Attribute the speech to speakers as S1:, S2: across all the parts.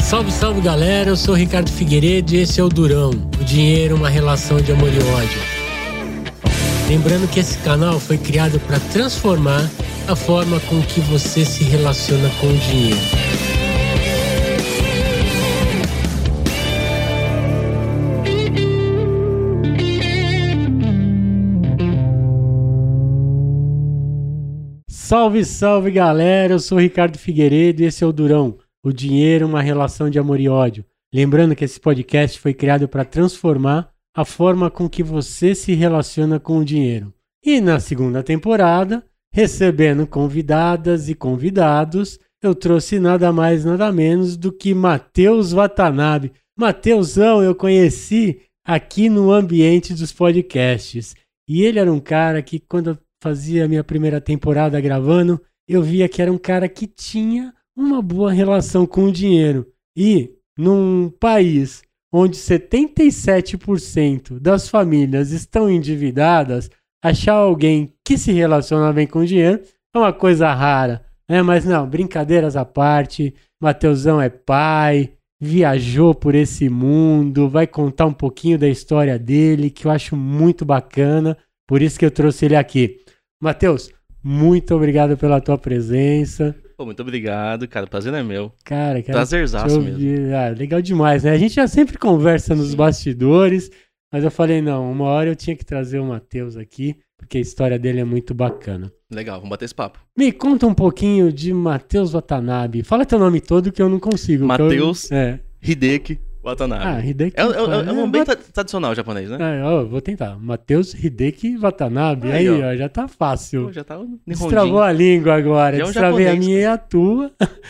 S1: Salve, salve galera, eu sou Ricardo Figueiredo e esse é o Durão. O dinheiro é uma relação de amor e ódio. Lembrando que esse canal foi criado para transformar a forma com que você se relaciona com o dinheiro. Salve, salve galera, eu sou Ricardo Figueiredo e esse é o Durão. O dinheiro, é uma relação de amor e ódio. Lembrando que esse podcast foi criado para transformar a forma com que você se relaciona com o dinheiro. E na segunda temporada, recebendo convidadas e convidados, eu trouxe nada mais, nada menos do que Matheus Watanabe. Mateusão, eu conheci aqui no ambiente dos podcasts. E ele era um cara que, quando eu fazia a minha primeira temporada gravando, eu via que era um cara que tinha uma boa relação com o dinheiro. E num país onde 77% das famílias estão endividadas, achar alguém que se relaciona bem com o dinheiro é uma coisa rara. Né? Mas não, brincadeiras à parte, Mateusão é pai, viajou por esse mundo, vai contar um pouquinho da história dele, que eu acho muito bacana, por isso que eu trouxe ele aqui. Mateus, muito obrigado pela tua presença.
S2: Pô, muito obrigado, cara. O prazer é meu.
S1: Cara, quero
S2: Prazerzaço
S1: te
S2: mesmo.
S1: ouvir. Ah, legal demais, né? A gente já sempre conversa nos
S2: Sim.
S1: bastidores, mas eu falei, não, uma hora eu tinha que trazer o Matheus aqui, porque a história dele é muito bacana.
S2: Legal, vamos bater esse papo.
S1: Me conta um pouquinho de Matheus Watanabe. Fala teu nome todo que eu não consigo. que eu-
S2: Matheus.
S1: É.
S2: Hideki Watanabe.
S1: Ah, Hideki.
S2: é, é, é, é um nome bem
S1: Wat-
S2: tra- tradicional japonês, né?
S1: Ah, ó, vou tentar. Matheus Hideki Watanabe. Aí,
S2: Aí,
S1: ó. já tá fácil.
S2: Pô, já tá um
S1: Destravou
S2: Nihonjin.
S1: a língua agora.
S2: Já é um
S1: Destravei a
S2: japonês,
S1: minha e a tua.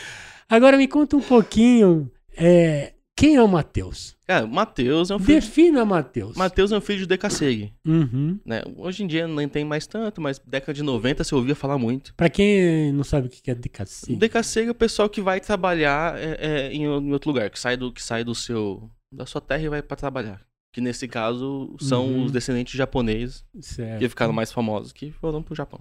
S1: Agora me conta um pouquinho. é, quem é o Matheus?
S2: Cara, Matheus é um filho.
S1: Defina Matheus.
S2: Matheus é um filho de Dekasegi,
S1: Uhum.
S2: né? Hoje em dia não tem mais tanto, mas década de 90 você ouvia falar muito.
S1: Pra quem não sabe o que é DKC.
S2: Dekasegi é o pessoal que vai trabalhar é, é, em, o- em outro lugar, que sai do que sai do seu da sua terra e vai pra trabalhar. Que nesse caso são
S1: Uhum. É,
S2: os descendentes japoneses
S1: Certo.
S2: que ficaram mais famosos, que foram pro Japão.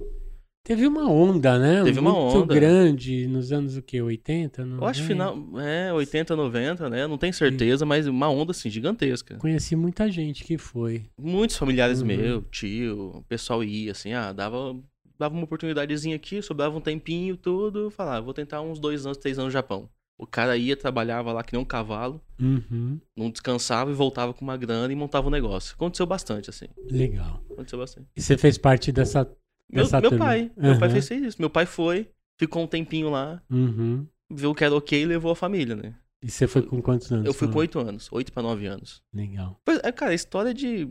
S1: Teve uma onda, né?
S2: Teve uma
S1: Muito
S2: onda.
S1: grande nos anos o quê? 80? Não
S2: Eu acho
S1: é?
S2: final, é, 80, 90, né? Não tenho certeza, mas uma onda assim gigantesca.
S1: Conheci muita gente que foi.
S2: Muitos familiares
S1: Uhum.
S2: meu, tio, o pessoal ia assim, ah, dava, dava uma oportunidadezinha aqui, sobrava um tempinho, tudo, falava, "Ah, vou tentar uns dois anos, três anos no Japão. O cara ia, trabalhava lá que nem um cavalo,
S1: Uhum.
S2: não descansava e voltava com uma grana e montava o negócio. Aconteceu bastante, assim.
S1: Legal.
S2: Aconteceu bastante.
S1: E você fez parte dessa.
S2: Meu,
S1: Dessa
S2: meu
S1: turma.
S2: pai, meu pai
S1: Aham.
S2: fez isso. Meu pai foi, ficou um tempinho lá,
S1: Uhum.
S2: viu que era ok e levou a família, né?
S1: E você foi com quantos anos?
S2: Eu fui com
S1: Fala.
S2: oito anos, oito pra nove anos.
S1: Legal.
S2: Pois é, cara, a história de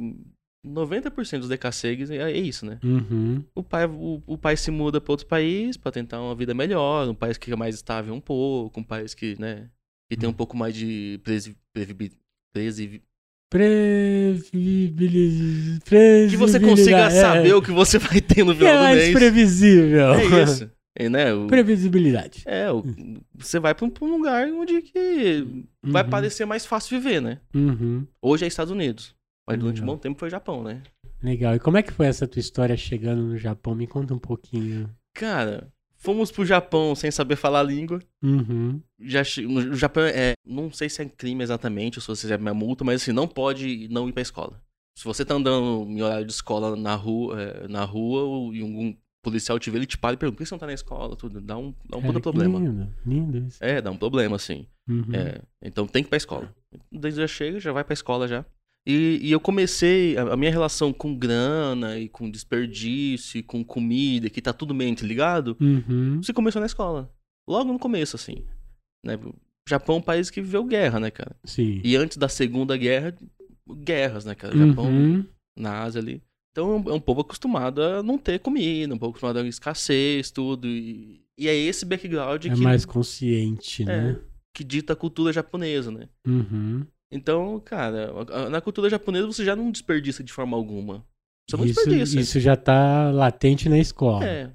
S2: 90% dos decassegues é é isso, né?
S1: Uhum.
S2: O pai, o, o pai se muda pra outro país pra tentar uma vida melhor, um país que é mais estável um pouco, um país que, né, que
S1: Hum.
S2: tem um pouco mais de presi, previ- presi-
S1: Previsibilidade. Previsibilidade.
S2: que você consiga saber
S1: é.
S2: o que você vai ter no
S1: que é
S2: final do
S1: mais
S2: mês.
S1: previsível.
S2: É isso. É, né, o-
S1: Previsibilidade.
S2: é, o- você vai pra um, pra um lugar onde que vai
S1: Uhum.
S2: parecer mais fácil viver, né?
S1: Uhum.
S2: Hoje é Estados Unidos, mas durante um
S1: Legal.
S2: bom tempo foi Japão, né?
S1: Legal. E como é que foi essa tua história chegando no Japão? Me conta um pouquinho.
S2: Cara, fomos pro Japão sem saber falar a língua.
S1: Uhum.
S2: já che- no Japão é, não sei se é crime exatamente, ou se você recebe uma multa, mas assim, não pode não ir pra escola. Se você tá andando em horário de escola na rua, é, na rua o- e um, um policial te vê, ele te para e pergunta, por que você não tá na escola? Tudo, dá um, dá um
S1: Cara,
S2: puta
S1: que
S2: problema.
S1: Lindo, lindo isso.
S2: É, dá um problema, assim.
S1: Uhum.
S2: É, então tem que ir pra escola. Desde já chega, já vai pra escola já. E, e eu comecei, a, a minha relação com grana e com desperdício e com comida, que tá tudo meio interligado,
S1: Uhum.
S2: você começou na escola. Logo no começo, assim. Né? O Japão é um país que viveu guerra, né, cara?
S1: Sim.
S2: E antes da Segunda Guerra, guerras, né, cara? O Japão,
S1: Uhum.
S2: na Ásia ali. Então é um- é um povo acostumado a não ter comida, um povo acostumado a escassez, tudo. E, e é esse background
S1: É
S2: que,
S1: mais consciente,
S2: É.
S1: né?
S2: que dita a cultura japonesa, né?
S1: Uhum.
S2: Então, cara, a- a- na cultura japonesa você já não desperdiça de forma alguma. Você não
S1: Isso,
S2: desperdiça.
S1: isso já tá latente na escola.
S2: É.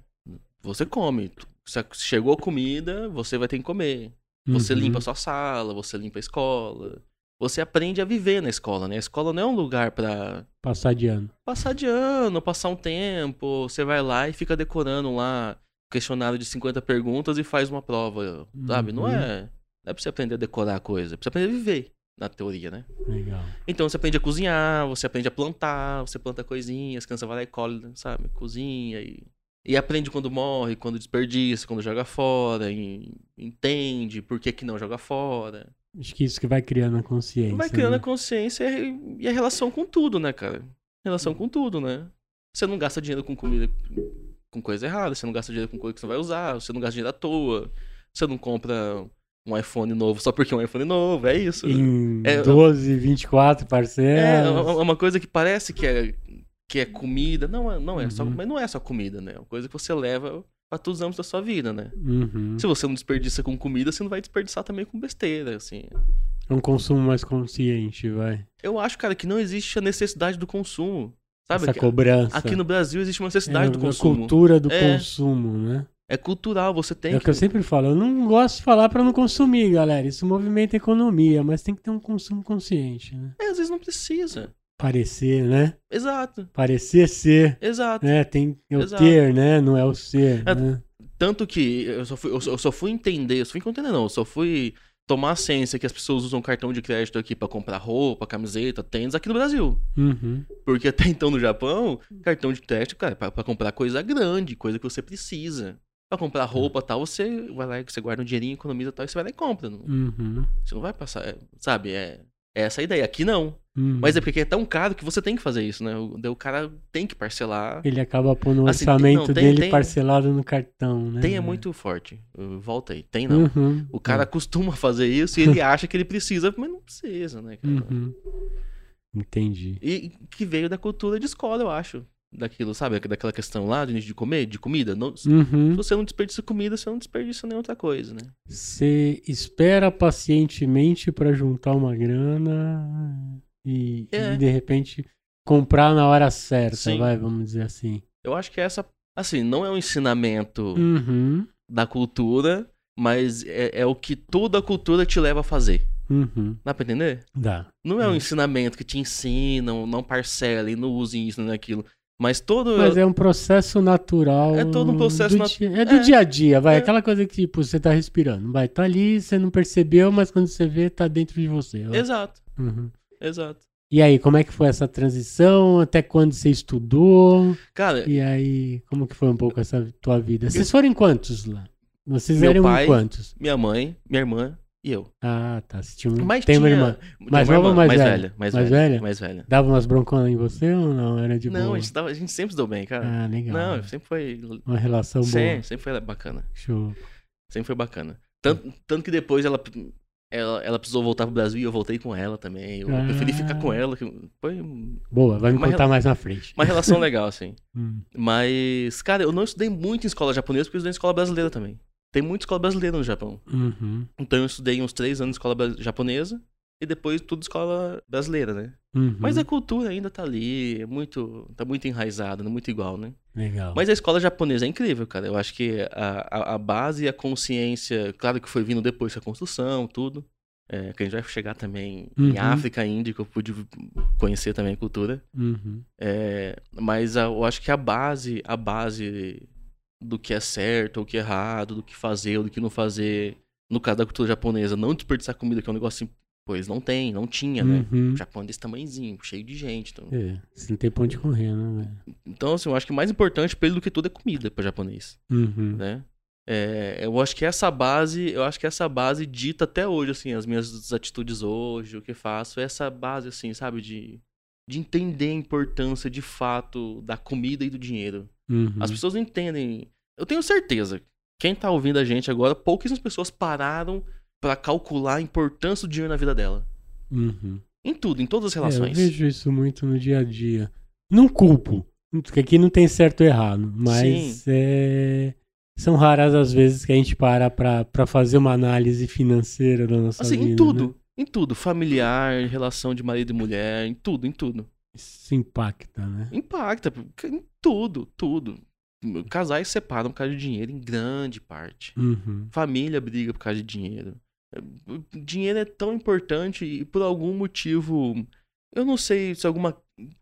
S2: Você come. Se chegou a comida, você vai ter que comer.
S1: Uhum.
S2: Você limpa a sua sala, você limpa a escola. Você aprende a viver na escola, né? A escola não é um lugar pra
S1: Passar de ano.
S2: passar de ano, passar um tempo. Você vai lá e fica decorando lá questionário de 50 perguntas e faz uma prova, sabe? Não
S1: Uhum.
S2: é. Não é pra você aprender a decorar a coisa, é pra você aprender a viver, na teoria, né?
S1: Legal.
S2: Então você aprende a cozinhar, você aprende a plantar, você planta coisinhas, criança vai lá e colhe, sabe? Cozinha e. E aprende quando morre, quando desperdiça, quando joga fora, e entende por que, que não joga fora.
S1: Acho que isso que vai criando a consciência.
S2: Vai criando
S1: né?
S2: a consciência e e a relação com tudo, né, cara? Relação com tudo, né? Você não gasta dinheiro com comida com coisa errada, você não gasta dinheiro com coisa que você não vai usar, você não gasta dinheiro à toa, você não compra um iPhone novo só porque é um iPhone novo, é isso.
S1: Em
S2: É, eu-
S1: 12, 24
S2: É, é
S1: parcelas.
S2: uma uma coisa que parece que é, que é comida. Não, é- não é só,
S1: Uhum.
S2: mas não é só comida, né? É uma coisa que você leva pra todos os âmbitos da sua vida, né?
S1: Uhum.
S2: Se você não desperdiça com comida, você não vai desperdiçar também com besteira, assim.
S1: É Um consumo mais consciente, vai.
S2: Eu acho, cara, que não existe a necessidade do consumo. Sabe?
S1: Essa
S2: Que-
S1: cobrança.
S2: Aqui no Brasil existe uma
S1: É,
S2: necessidade do
S1: a
S2: consumo.
S1: cultura do
S2: É.
S1: consumo, né?
S2: É cultural, você tem
S1: é o
S2: que.
S1: que eu sempre falo. Eu não gosto de falar pra não consumir, galera. Isso movimenta a economia, mas tem que ter um consumo consciente, né?
S2: É, às vezes não precisa.
S1: Parecer, né?
S2: Exato,
S1: Parecer ser.
S2: exato.
S1: É, tem é o
S2: Exato.
S1: ter, né? Não é o ser.
S2: É,
S1: né?
S2: Tanto que eu só fui, eu só, eu só fui entender, eu só fui entender, não, eu só fui tomar a ciência que as pessoas usam cartão de crédito aqui pra comprar roupa, camiseta, tênis aqui no Brasil.
S1: Uhum.
S2: Porque até então no Japão, cartão de crédito, cara, é pra, pra comprar coisa grande, coisa que você precisa. Pra comprar
S1: Tá.
S2: roupa e tal, você vai lá, e você guarda um dinheirinho, economiza e tal, e você vai lá e compra. Não-
S1: Uhum.
S2: Você não vai passar, é, sabe? É, é essa a ideia. Aqui não.
S1: Uhum.
S2: Mas é porque é tão caro que você tem que fazer isso, né? O, daí o cara tem que parcelar.
S1: Ele acaba pondo o
S2: Assim, tem-
S1: orçamento
S2: não, tem-
S1: dele
S2: tem-
S1: parcelado no cartão, né?
S2: Tem é muito forte. Eu- Volta aí. Tem não.
S1: Uhum.
S2: O cara costuma fazer isso e ele acha que ele precisa, mas não precisa, né, cara?
S1: Uhum. Entendi.
S2: E que veio da cultura de escola, eu acho. Daquilo, sabe? Daquela questão lá do início de comer, de comida. Não- se
S1: Uhum.
S2: você não desperdiça comida, você não desperdiça nenhuma outra coisa, né?
S1: Você espera pacientemente pra juntar uma grana e,
S2: É.
S1: e, de repente comprar na hora certa,
S2: Sim.
S1: vai, vamos dizer assim.
S2: Eu acho que essa, assim, não é um ensinamento
S1: Uhum.
S2: da cultura, mas é, é o que toda a cultura te leva a fazer.
S1: Uhum.
S2: Dá pra entender?
S1: Dá.
S2: Não é um
S1: Hum.
S2: ensinamento que te ensinam, não parcelem, não usem isso, não aquilo. Mas todo.
S1: Mas é um processo natural.
S2: É todo um processo
S1: do
S2: nat-
S1: dia- É do
S2: é.
S1: dia a dia, vai.
S2: É.
S1: Aquela coisa que, tipo, você tá respirando. Vai, tá ali, você não percebeu, mas quando você vê, tá dentro de você. ó.
S2: Exato,
S1: Uhum.
S2: exato.
S1: E aí, como é que foi essa transição? Até quando você estudou?
S2: Cara,
S1: E aí, como que foi um pouco essa tua vida? Vocês foram em quantos lá? Vocês
S2: Meu
S1: eram
S2: pai-
S1: em quantos?
S2: minha mãe, minha irmã e eu.
S1: Ah, tá. Você tinha um...
S2: Mas
S1: Tem uma
S2: tinha-
S1: irmã.
S2: tinha
S1: Mais
S2: uma
S1: nova ou
S2: irmã,
S1: mais
S2: mais
S1: velha?
S2: velha? Mais,
S1: Mais
S2: velha,
S1: velha?
S2: Mais velha.
S1: Dava umas bronconas em você ou não? Era de
S2: não,
S1: boa?
S2: a gente, dava- a gente sempre se deu bem, cara.
S1: Ah, legal.
S2: não, sempre foi.
S1: Uma relação boa.
S2: Sempre, sempre foi bacana.
S1: Show.
S2: Sempre foi bacana.
S1: É.
S2: Tanto, tanto que depois ela, ela, ela precisou voltar pro Brasil e eu voltei com ela também. Eu
S1: Ah.
S2: preferi ficar com ela. que Foi um-
S1: Boa, vai me
S2: Uma
S1: contar mais na frente.
S2: uma relação legal, assim.
S1: Hum.
S2: Mas, cara, eu não estudei muito em escola japonesa porque eu estudei em escola brasileira também. Tem muita escola brasileira no Japão.
S1: Uhum.
S2: Então eu estudei uns três anos em escola bra- japonesa e depois tudo escola brasileira, né?
S1: Uhum.
S2: Mas a cultura ainda tá ali, é muito, tá muito enraizada, né? muito igual, né?
S1: Legal.
S2: Mas a escola japonesa é incrível, cara. Eu acho que a, a, a base e a consciência, claro que foi vindo depois com a construção, tudo. é, que a gente vai chegar também em
S1: Uhum.
S2: África, Índia, que eu pude conhecer também a cultura.
S1: Uhum.
S2: É, mas a- eu acho que a base, a base do que é certo, o que é errado, do que fazer, do que não fazer, no caso da cultura japonesa, não desperdiçar comida, que é um negócio assim, pois não tem, não tinha, né?
S1: Uhum.
S2: O Japão é desse tamanhozinho, cheio de gente. Então,
S1: É, você não tem pra onde correr, né? velho?
S2: então, assim, eu acho que o mais importante pra ele do que tudo é comida pra japonês,
S1: Uhum.
S2: né? É, eu acho que essa base, eu acho que essa base dita até hoje, assim, as minhas atitudes hoje, o que faço, essa base, assim, sabe, de, de entender a importância de fato da comida e do dinheiro.
S1: Uhum.
S2: As pessoas não entendem. Eu tenho certeza, quem tá ouvindo a gente agora, pouquíssimas pessoas pararam pra calcular a importância do dinheiro na vida dela.
S1: Uhum.
S2: Em tudo, em todas as
S1: É, eu
S2: relações.
S1: vejo isso muito no dia a dia. Não culpo, porque aqui não tem certo e errado, mas é, são raras as vezes que a gente para pra, pra fazer uma análise financeira da nossa
S2: Assim,
S1: vida.
S2: em tudo.
S1: né?
S2: Em tudo. Familiar, em relação de marido e mulher, em tudo, em tudo.
S1: Isso impacta, né?
S2: Impacta. porque Em tudo, tudo. Casais separam por causa de dinheiro, em grande parte.
S1: Uhum,
S2: Família briga por causa de dinheiro. É, Dinheiro é tão importante e por algum motivo. Eu não sei se é alguma.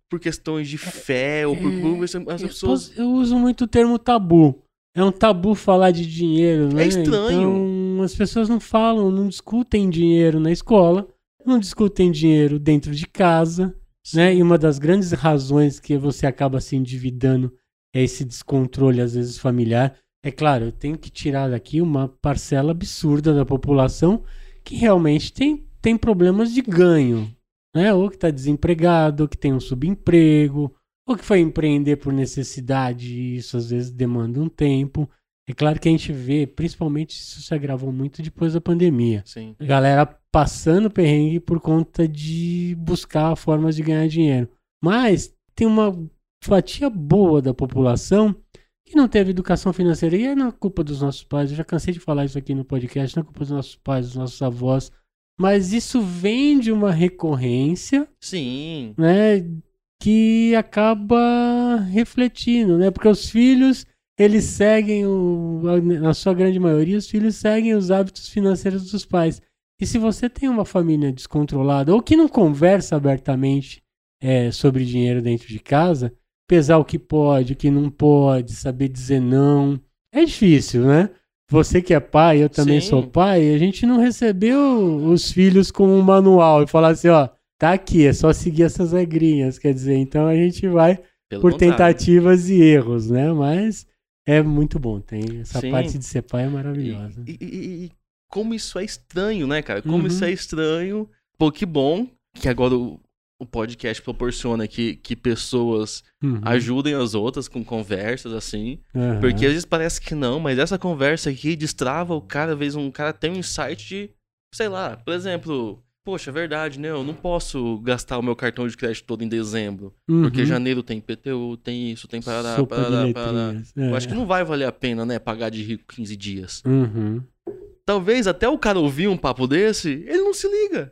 S2: Por questões de fé ou por.
S1: É,
S2: por- as- as
S1: Eu,
S2: pessoas.
S1: posso- eu uso muito o termo tabu. É um tabu falar de dinheiro, né?
S2: estranho.
S1: Então, as pessoas não falam, não discutem dinheiro na escola, não discutem dinheiro dentro de casa, né? E uma das grandes razões que você acaba se endividando é esse descontrole, às vezes, familiar. É claro, eu tenho que tirar daqui uma parcela absurda da população que realmente tem, tem problemas de ganho, né? Ou que está desempregado, ou que tem um subemprego, ou que foi empreender por necessidade, e isso às vezes demanda um tempo. É claro que a gente vê, principalmente isso se agravou muito depois da pandemia.
S2: Sim.
S1: A galera passando perrengue por conta de buscar formas de ganhar dinheiro. Mas tem uma fatia boa da população que não teve educação financeira. E é na culpa dos nossos pais. Eu já cansei de falar isso aqui no podcast, não é culpa dos nossos pais, dos nossos avós. Mas isso vem de uma recorrência,
S2: Sim.
S1: né? Que acaba refletindo, né? Porque os filhos, eles seguem, o, na sua grande maioria, os filhos seguem os hábitos financeiros dos pais. E se você tem uma família descontrolada ou que não conversa abertamente é, sobre dinheiro dentro de casa, pesar o que pode, o que não pode, saber dizer não, é difícil, né? Você que é pai, eu também
S2: Sim.
S1: sou pai, a gente não recebeu os filhos com um manual e falar assim, ó, tá aqui, é só seguir essas regrinhas, quer dizer, então a gente vai
S2: Pelo
S1: por
S2: contrário.
S1: tentativas e erros, né? Mas é muito bom, tem essa
S2: Sim.
S1: parte de ser pai é
S2: E,
S1: maravilhosa.
S2: e- e- e como isso é estranho, né, cara? Como
S1: Uhum.
S2: isso é estranho. Pô, que bom que agora o, o podcast proporciona que, que pessoas
S1: Uhum.
S2: ajudem as outras com conversas assim.
S1: Aham.
S2: Porque às vezes parece que não, mas essa conversa aqui destrava o cara, às vezes um cara tem um insight de, sei lá, por exemplo, poxa, é verdade, né? Eu não posso gastar o meu cartão de crédito todo em dezembro. Porque
S1: Uhum.
S2: janeiro tem PTU, tem isso, tem parará,
S1: Sopa
S2: parará,
S1: de
S2: parará.
S1: letrinhas.
S2: Eu
S1: é.
S2: acho que não vai valer a pena, né, pagar de rico 15 dias.
S1: Uhum.
S2: Talvez até o cara ouvir um papo desse, ele não se liga.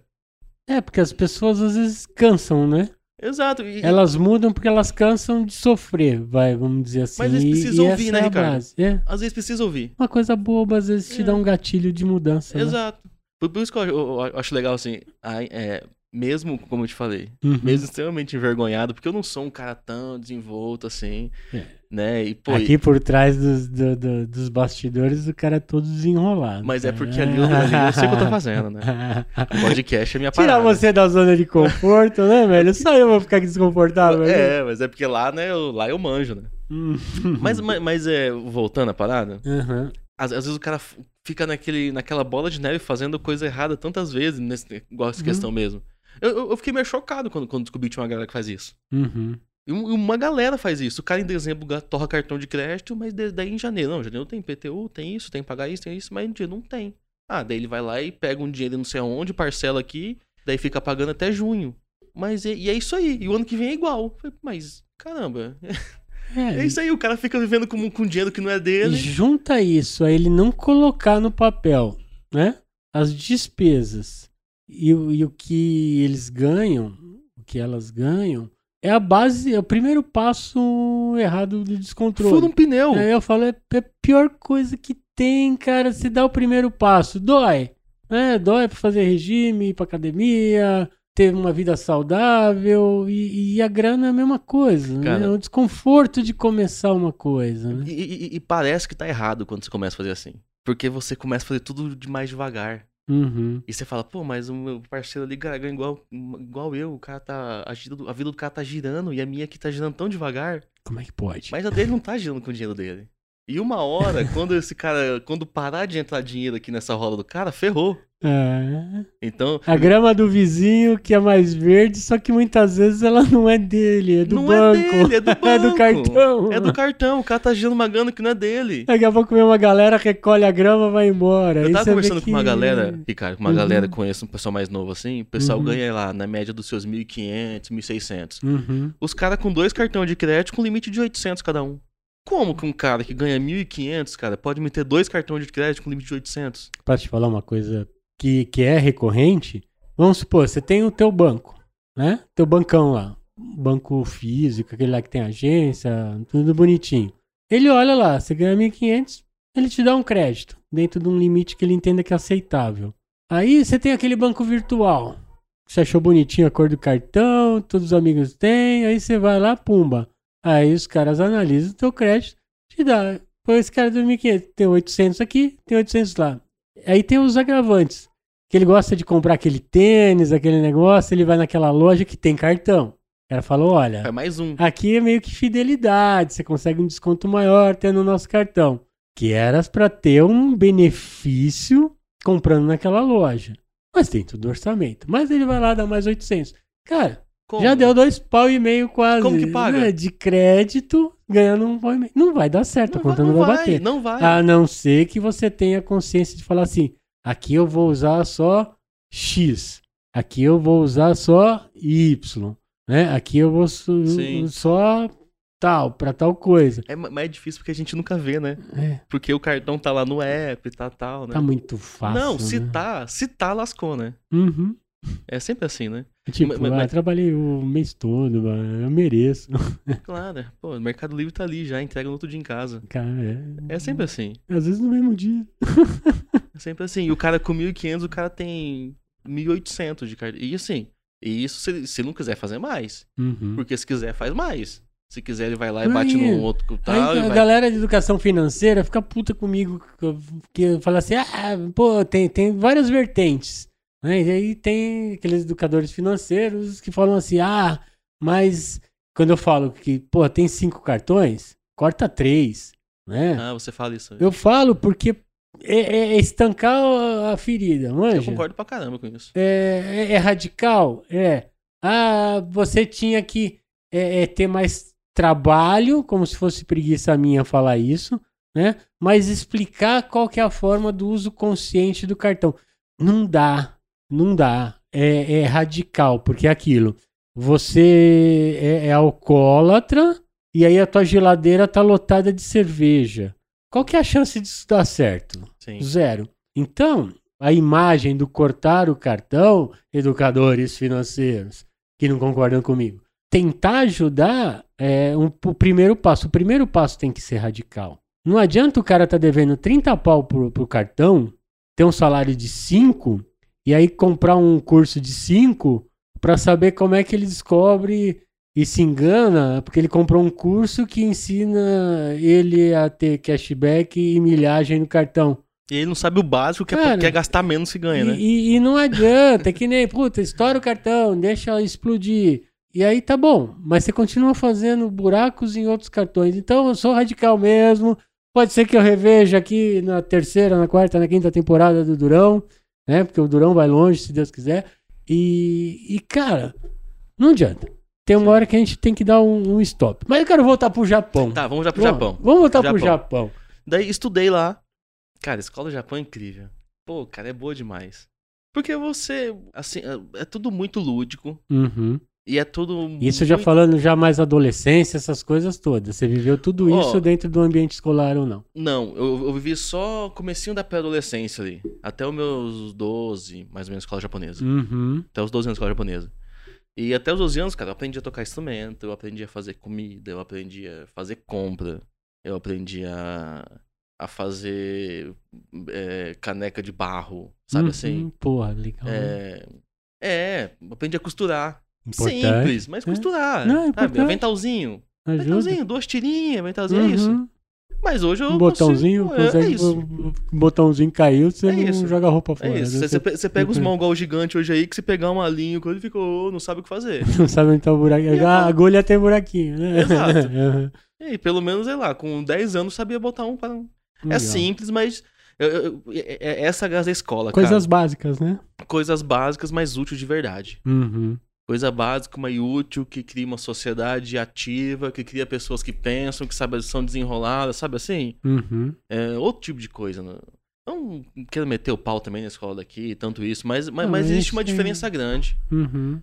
S1: É, porque as pessoas às vezes cansam, né?
S2: Exato. e-
S1: Elas mudam porque elas cansam de sofrer, vai, vamos dizer assim.
S2: Mas eles
S1: E-
S2: precisam
S1: e
S2: ouvir,
S1: essa
S2: né,
S1: é a
S2: Ricardo?
S1: base. É.
S2: Às vezes precisa ouvir.
S1: Uma coisa boba às vezes te
S2: É.
S1: dá um gatilho de mudança. né?
S2: Exato. Por, por isso que eu, eu- eu acho legal, assim, a- é, mesmo, como eu te falei,
S1: Uhum.
S2: mesmo extremamente envergonhado, porque eu não sou um cara tão desenvolto assim,
S1: É.
S2: né? E pô,
S1: Aqui por trás dos, do- do- dos bastidores, o cara é todo desenrolado. né?
S2: mas é
S1: cara.
S2: porque ali, eu- ali eu sei o que eu tô fazendo, né? O podcast é minha
S1: Tirar
S2: parada.
S1: você da zona de conforto, né, velho? Só eu vou ficar aqui desconfortável. né?
S2: É, mas é porque lá, né, eu, lá eu manjo, né?
S1: Hum.
S2: Mas, mas, mas, é, voltando à parada,
S1: Aham.
S2: às, às vezes o cara f- fica naquele, naquela bola de neve fazendo coisa errada tantas vezes, nesse, igual essa
S1: Uhum.
S2: questão mesmo. Eu, eu- eu fiquei meio chocado quando, quando descobri que tinha uma galera que faz isso.
S1: Uhum.
S2: E um- e uma galera faz isso. O cara em dezembro ga- torra cartão de crédito, mas de- daí em janeiro. Não, janeiro tem PTU, tem isso, tem que pagar isso, tem isso, mas em dia não tem. Ah, daí ele vai lá e pega um dinheiro não sei aonde, parcela aqui, daí fica pagando até junho. Mas e, e é isso aí. E o ano que vem é igual. Eu falei, Mas, caramba,
S1: É,
S2: é isso aí. O cara fica vivendo com, com dinheiro que não é
S1: E
S2: dele.
S1: junta isso a ele não colocar no papel, né? As despesas e, o- e o que eles ganham, o que elas ganham, é a base, é o primeiro passo errado do descontrole.
S2: Fura um pneu.
S1: Aí eu falo, é é a pior coisa que tem, cara, se dá o primeiro passo. Dói, né? Dói pra fazer regime, ir pra academia, ter uma vida saudável e, e a grana é a mesma coisa, né?
S2: Cara.
S1: É o desconforto de começar uma coisa, né?
S2: E, e- e parece que tá errado quando você começa a fazer assim. Porque você começa a fazer tudo de mais devagar.
S1: Uhum.
S2: E você fala, pô, mas o meu parceiro ali ganha igual, igual eu. O cara tá. A, gira do- a vida do cara tá girando e a minha aqui tá girando tão devagar.
S1: Como é que pode?
S2: Mas a dele não tá girando com o dinheiro dele. E uma hora, quando esse cara. Quando parar de entrar dinheiro aqui nessa roda do cara, ferrou.
S1: É.
S2: Então.
S1: A grama do vizinho que é mais verde, só que muitas vezes ela não é dele, é do
S2: não
S1: banco.
S2: é dele, é do banco.
S1: É do cartão.
S2: É do cartão. O cara tá girando uma grana que não é dele.
S1: Daqui a pouco vem uma galera, recolhe a grama vai embora.
S2: Eu
S1: Aí
S2: tava
S1: você vê
S2: conversando com
S1: que-
S2: uma galera, Ricardo, com uma
S1: Uhum.
S2: galera que conhece um pessoal mais novo assim, o pessoal
S1: Uhum.
S2: ganha lá na média dos seus 1.500, 1.600.
S1: Uhum.
S2: Os caras com dois cartões de crédito com limite de 800 cada um. Como que um cara que ganha 1.500, cara, pode me ter dois cartões de crédito com limite de 800?
S1: Posso te falar uma coisa que, que é recorrente? Vamos supor, você tem o teu banco, né? Teu bancão lá. Banco físico, aquele lá que tem agência, tudo bonitinho. Ele olha lá, você ganha 1.500, ele te dá um crédito dentro de um limite que ele entenda que é aceitável. Aí você tem aquele banco virtual. que Você achou bonitinho a cor do cartão, todos os amigos têm, aí você vai lá, pumba. Aí os caras é analisam o teu crédito, te dá. Pô, esse cara do 1.500 tem 800 aqui, tem 800 lá. Aí tem os agravantes. Que ele gosta de comprar aquele tênis, aquele negócio, ele vai naquela loja que tem cartão. O cara falou: olha,
S2: É mais um.
S1: aqui é meio que fidelidade, você consegue um desconto maior tendo o nosso cartão. Que era para ter um benefício comprando naquela loja. Mas tem tudo orçamento. Mas ele vai lá dar mais 800. Cara,
S2: Como?
S1: já deu dois pau e meio quase.
S2: Como que paga?
S1: né? De crédito, ganhando um pau e meio. Não vai dar certo, a
S2: Não,
S1: conta
S2: vai,
S1: não vai
S2: não
S1: bater. Ah.
S2: vai, não vai.
S1: A não ser que você tenha consciência de falar assim: aqui eu vou usar só X, aqui eu vou usar só Y, né? Aqui eu vou su-
S2: Sim.
S1: só tal, pra tal coisa.
S2: É, ma- mas é difícil porque a gente nunca vê, né?
S1: É.
S2: Porque o cartão tá lá no app, tá tal, né?
S1: Tá muito fácil.
S2: não, se
S1: né?
S2: tá, se tá, lascou, né?
S1: Uhum.
S2: É sempre assim, né?
S1: Tipo,
S2: Mas- mas-
S1: ah,
S2: mas-
S1: trabalhei o mês todo, mano, eu mereço.
S2: Claro, pô, o Mercado Livre tá ali já, entrega no outro dia em casa.
S1: Cara, é-
S2: É sempre assim.
S1: Às vezes no mesmo dia.
S2: É sempre assim. E o cara com 1.500, o cara tem 1.800 de cartão. E assim, e isso se, se não quiser fazer mais.
S1: Uhum.
S2: Porque se quiser, faz mais. Se quiser, ele vai lá e
S1: Aí-
S2: bate no outro
S1: Aí
S2: tal. e
S1: a
S2: vai-
S1: galera de educação financeira fica puta comigo, que eu- que fala assim, ah, pô, tem, tem várias vertentes. Né? E aí tem aqueles educadores financeiros que falam assim, ah, mas quando eu falo que, pô, tem cinco cartões, corta três, né?
S2: Ah, você fala isso.
S1: Eu falo porque é, é- é estancar a- a ferida, manja.
S2: Eu concordo pra caramba com isso.
S1: É, é- é radical? É. Ah, você tinha que é, é, ter mais trabalho, como se fosse preguiça minha falar isso, né? Mas explicar qual que é a forma do uso consciente do cartão. Não dá, não dá. É, é radical, porque é aquilo. Você é, é alcoólatra e aí a tua geladeira tá lotada de cerveja. Qual que é a chance disso dar certo?
S2: Sim.
S1: Zero. Então, a imagem do cortar o cartão, educadores financeiros que não concordam comigo, tentar ajudar é um, o primeiro passo. O primeiro passo tem que ser radical. Não adianta o cara tá devendo 30 pau pro, pro cartão, ter um salário de 5 e aí comprar um curso de 5 para saber como é que ele descobre e se engana porque ele comprou um curso que ensina ele a ter cashback e milhagem no cartão.
S2: E ele não sabe o básico, que é,
S1: Cara,
S2: que é gastar menos se ganha,
S1: E,
S2: né?
S1: e- e não adianta, é que nem, puta, estoura o cartão, deixa explodir. E aí tá bom, mas você continua fazendo buracos em outros cartões. Então eu sou radical mesmo. Pode ser que eu reveja aqui na terceira, na quarta, na quinta temporada do Durão, né? Porque o Durão vai longe, se Deus quiser. E, e, cara, não adianta. Tem uma hora que a gente tem que dar um, um stop. Mas eu quero voltar pro Japão.
S2: Tá, vamos já pro
S1: Vamos-
S2: Japão.
S1: Vamos voltar pro
S2: Japão.
S1: Japão.
S2: Daí estudei lá. Cara, escola do Japão é incrível. Pô, cara, é boa demais. Porque você, assim, é- é tudo muito lúdico.
S1: Uhum.
S2: E é tudo.
S1: Isso já
S2: muito-
S1: falando já mais adolescência, essas coisas todas. Você viveu tudo
S2: Ó.
S1: isso dentro do ambiente escolar ou não?
S2: Não, eu, eu vivi só comecinho da pré-adolescência ali. Até os meus 12, mais ou menos, escola japonesa.
S1: Uhum.
S2: Até os 12 anos, escola japonesa. E até os 12 anos, cara, eu aprendi a tocar instrumento, eu aprendi a fazer comida, eu aprendi a fazer compra, eu aprendi a, a fazer é, caneca de barro, sabe
S1: Uhum.
S2: assim?
S1: Porra, legal. né?
S2: É, é, eu aprendi a costurar.
S1: Importante.
S2: Simples, mas
S1: É.
S2: costurar.
S1: Não, é
S2: sabe?
S1: importante.
S2: Aventalzinho.
S1: Ajuda.
S2: Aventalzinho, duas tirinhas, aventalzinho,
S1: Uhum.
S2: é isso. Mas hoje eu.
S1: Um botãozinho,
S2: consigo- é,
S1: consegue,
S2: é isso.
S1: o botãozinho caiu, você
S2: É
S1: não
S2: isso.
S1: joga a roupa
S2: É
S1: fora.
S2: isso.
S1: né?
S2: Você, pe- você pega os
S1: Uhum.
S2: mongol gigante hoje aí que se pegar uma linha, coisa, ele ficou, não sabe o que fazer.
S1: Não sabe onde tá o buraquinho.
S2: E eu-
S1: Ah, a agulha tem buraquinho, né?
S2: Exato. É
S1: Uhum.
S2: E aí, pelo menos, sei lá, com 10 anos sabia botar um para. É
S1: Legal.
S2: simples, mas. eu- eu- é- é- é essa gás da escola,
S1: Coisas básicas, né?
S2: cara. Coisas básicas, mas úteis de verdade.
S1: Uhum.
S2: Coisa básica, mas útil, que cria uma sociedade ativa, que cria pessoas que pensam, que sabem, são desenroladas, sabe assim?
S1: Uhum.
S2: É, outro tipo de coisa. né? Não quero meter o pau também na escola daqui, tanto isso, mas, mas,
S1: Não,
S2: mas existe
S1: isso
S2: uma
S1: tem-
S2: diferença grande.
S1: Uhum.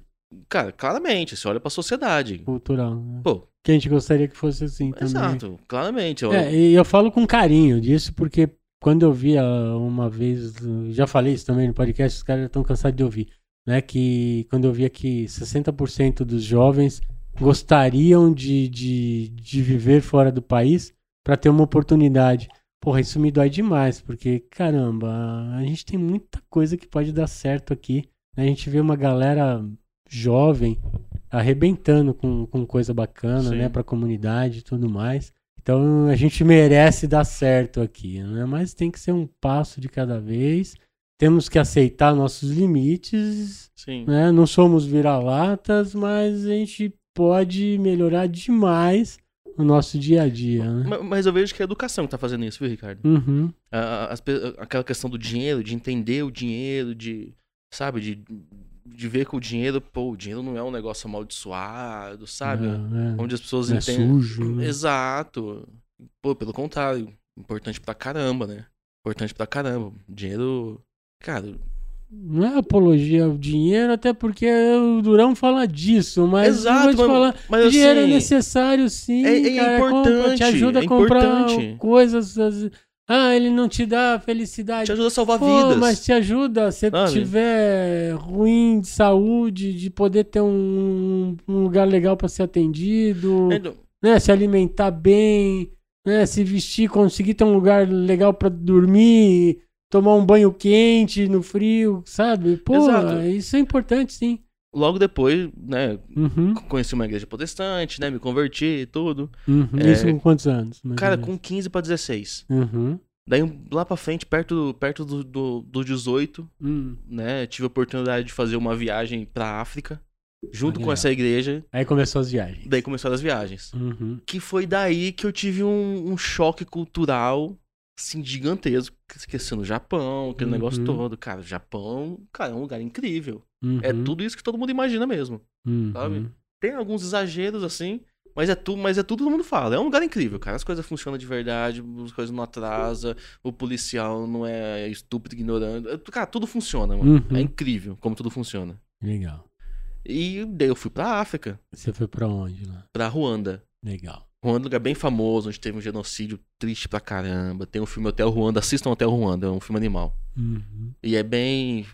S2: Cara, claramente, você olha pra sociedade.
S1: Cultural. né?
S2: Pô.
S1: Que a gente gostaria que fosse assim também.
S2: Exato, claramente. olha-
S1: É, e eu falo com carinho disso, porque quando eu via uma vez, já falei isso também no podcast, os caras estão cansados de ouvir, né? Que quando eu via que 60% dos jovens gostariam de, de, de viver fora do país para ter uma oportunidade. Porra, isso me dói demais, porque, caramba, a gente tem muita coisa que pode dar certo aqui. né? A gente vê uma galera jovem arrebentando com, com coisa bacana,
S2: Sim.
S1: né, pra comunidade e tudo mais. Então a gente merece dar certo aqui, né? Mas tem que ser um passo de cada vez. Temos que aceitar nossos limites,
S2: Sim.
S1: né? Não somos vira-latas, mas a gente pode melhorar demais o nosso dia a dia, né?
S2: Ma- Mas eu vejo que é a educação que tá fazendo isso, viu, Ricardo?
S1: Uhum,
S2: A- a- as pe- aquela questão do dinheiro, de entender o dinheiro, de. Sabe? De, de ver que o dinheiro, pô, o dinheiro não é um negócio amaldiçoado, sabe?
S1: É,
S2: Onde as pessoas
S1: é, é
S2: entendem.
S1: sujo, né?
S2: Exato. Pô, pelo contrário, importante pra caramba, né? Importante pra caramba. Dinheiro. Cara,
S1: Não é apologia ao dinheiro, até porque o Durão fala disso, mas
S2: exato,
S1: eu vou te
S2: mas,
S1: falar,
S2: mas assim,
S1: dinheiro é necessário sim,
S2: é- é
S1: cara, compra, te
S2: importante,
S1: ajuda a
S2: é
S1: comprar
S2: importante.
S1: coisas, as- ah, ele não te dá felicidade,
S2: te ajuda a salvar
S1: Pô,
S2: vidas.
S1: mas te ajuda se
S2: Sabe?
S1: tiver ruim de saúde, de poder ter um, um lugar legal pra ser atendido,
S2: É, não-
S1: né, se alimentar bem, né, se vestir, conseguir ter um lugar legal pra dormir, tomar um banho quente no frio, sabe? Pô,
S2: Exato.
S1: isso é importante, sim.
S2: Logo depois, né?
S1: Uhum,
S2: Conheci uma igreja protestante, né? Me converti e tudo.
S1: uhum.
S2: É,
S1: Isso com quantos anos? mais
S2: Cara,
S1: ou menos?
S2: com 15 pra 16.
S1: Uhum.
S2: Daí lá pra frente, perto, do- perto do, do, do 18,
S1: Hum.
S2: né? Tive a oportunidade de fazer uma viagem pra África, junto
S1: Olha
S2: com
S1: lá.
S2: essa igreja.
S1: Aí começou as viagens.
S2: Daí começaram as viagens.
S1: Uhum.
S2: que foi daí que eu tive um, um choque cultural, assim, gigantesco. Esquecendo o Japão, aquele
S1: Uhum.
S2: negócio todo. Cara, o Japão, cara, é um lugar incrível. É
S1: uhum,
S2: tudo isso que todo mundo imagina mesmo.
S1: uhum.
S2: sabe? Tem alguns exageros, assim, mas é tudo, mas é tudo que todo mundo fala. É um lugar incrível, cara. As coisas funcionam de verdade, as coisas não atrasam, o policial não é estúpido, ignorando. É tu- Cara, tudo funciona, mano.
S1: Uhum.
S2: É incrível como tudo funciona.
S1: Legal.
S2: E daí eu fui pra África,
S1: Você foi pra onde lá?
S2: pra Ruanda.
S1: Legal.
S2: Ruanda é um lugar bem famoso, onde teve um genocídio triste pra caramba. Tem um filme Hotel Ruanda, assistam Hotel Ruanda, é um filme animal.
S1: Uhum.
S2: E é bem.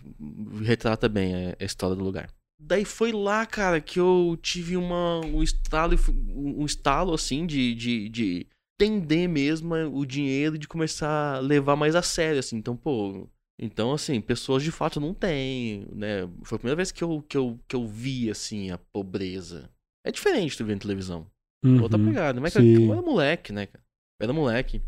S2: retrata bem a- a história do lugar. Daí foi lá, cara, que eu tive uma, um estalo, e fu- um estalo assim de, de, de entender mesmo o dinheiro e de começar a levar mais a sério, assim. Então, pô. Então, assim, pessoas de fato não têm, né? Foi a primeira vez que eu, que eu, que eu vi, assim, a pobreza. É diferente de ver na televisão. Outra
S1: Uhum.
S2: pegada. Mas
S1: Sim.
S2: que eu era moleque, né, cara? Eu era moleque.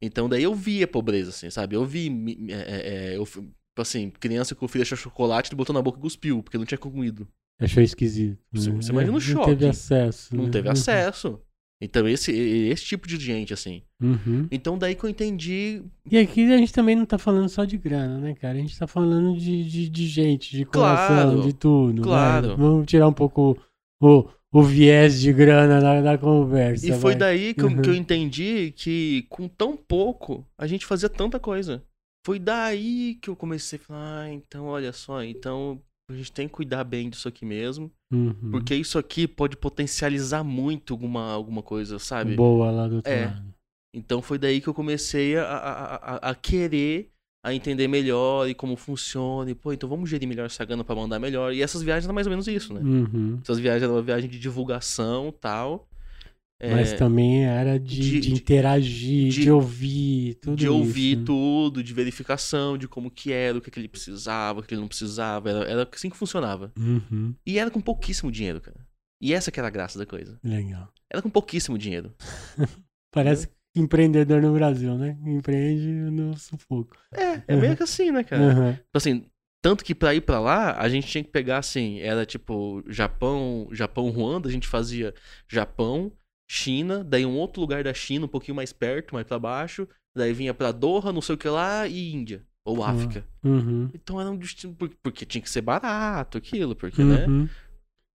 S2: Então daí eu via a pobreza, assim, sabe? Eu vi. mi- mi- É, é, eu, fui- tipo assim, criança que o filho achou chocolate, ele botou na boca e cuspiu, porque não tinha comido.
S1: Achou esquisito.
S2: Você-
S1: né?
S2: você imagina o
S1: não
S2: choque.
S1: teve acesso.
S2: Não
S1: né?
S2: teve
S1: Uhum.
S2: acesso. Então, esse, esse tipo de gente, assim.
S1: Uhum.
S2: Então, daí que eu entendi.
S1: E aqui a gente também não tá falando só de grana, né, cara? A gente tá falando de, de, de gente, de coração,
S2: Claro,
S1: de tudo.
S2: claro.
S1: vai. Vamos tirar um pouco o, o viés de grana da, da conversa.
S2: E foi
S1: vai.
S2: daí que,
S1: Uhum.
S2: eu, que eu entendi que com tão pouco a gente fazia tanta coisa. Foi daí que eu comecei a falar, ah, então olha só, então a gente tem que cuidar bem disso aqui mesmo.
S1: Uhum.
S2: Porque isso aqui pode potencializar muito alguma, alguma coisa, sabe?
S1: Boa lá do outro
S2: É.
S1: lado.
S2: Então foi daí que eu comecei a, a, a- a- a querer, a entender melhor e como funciona. E, pô, então vamos gerir melhor essa grana pra mandar melhor. E essas viagens eram mais ou menos isso, né?
S1: Uhum.
S2: Essas viagens eram uma viagem de divulgação tal. é,
S1: Mas também era de,
S2: de-
S1: de interagir, de,
S2: de-
S1: ouvir, tudo
S2: de
S1: isso,
S2: ouvir
S1: né?
S2: tudo, de verificação, de como que era, o que, que ele precisava, o que ele não precisava. Era, era assim que funcionava.
S1: Uhum.
S2: E era com pouquíssimo dinheiro, cara. E essa que era a graça da coisa.
S1: Legal.
S2: Era com pouquíssimo dinheiro.
S1: Parece empreendedor no Brasil, né? Empreende no sufoco.
S2: É, é meio que assim, né, cara?
S1: Uhum.
S2: Tipo assim, tanto que pra ir pra lá, a gente tinha que pegar assim, era tipo Japão, Japão, Ruanda, a gente fazia Japão, China, daí um outro lugar da China, um pouquinho mais perto, mais pra baixo, daí vinha pra Doha, não sei o que lá, e Índia, ou
S1: Ah.
S2: África.
S1: Uhum.
S2: Então era um destino, por- porque tinha que ser barato aquilo, porque, né?
S1: Uhum.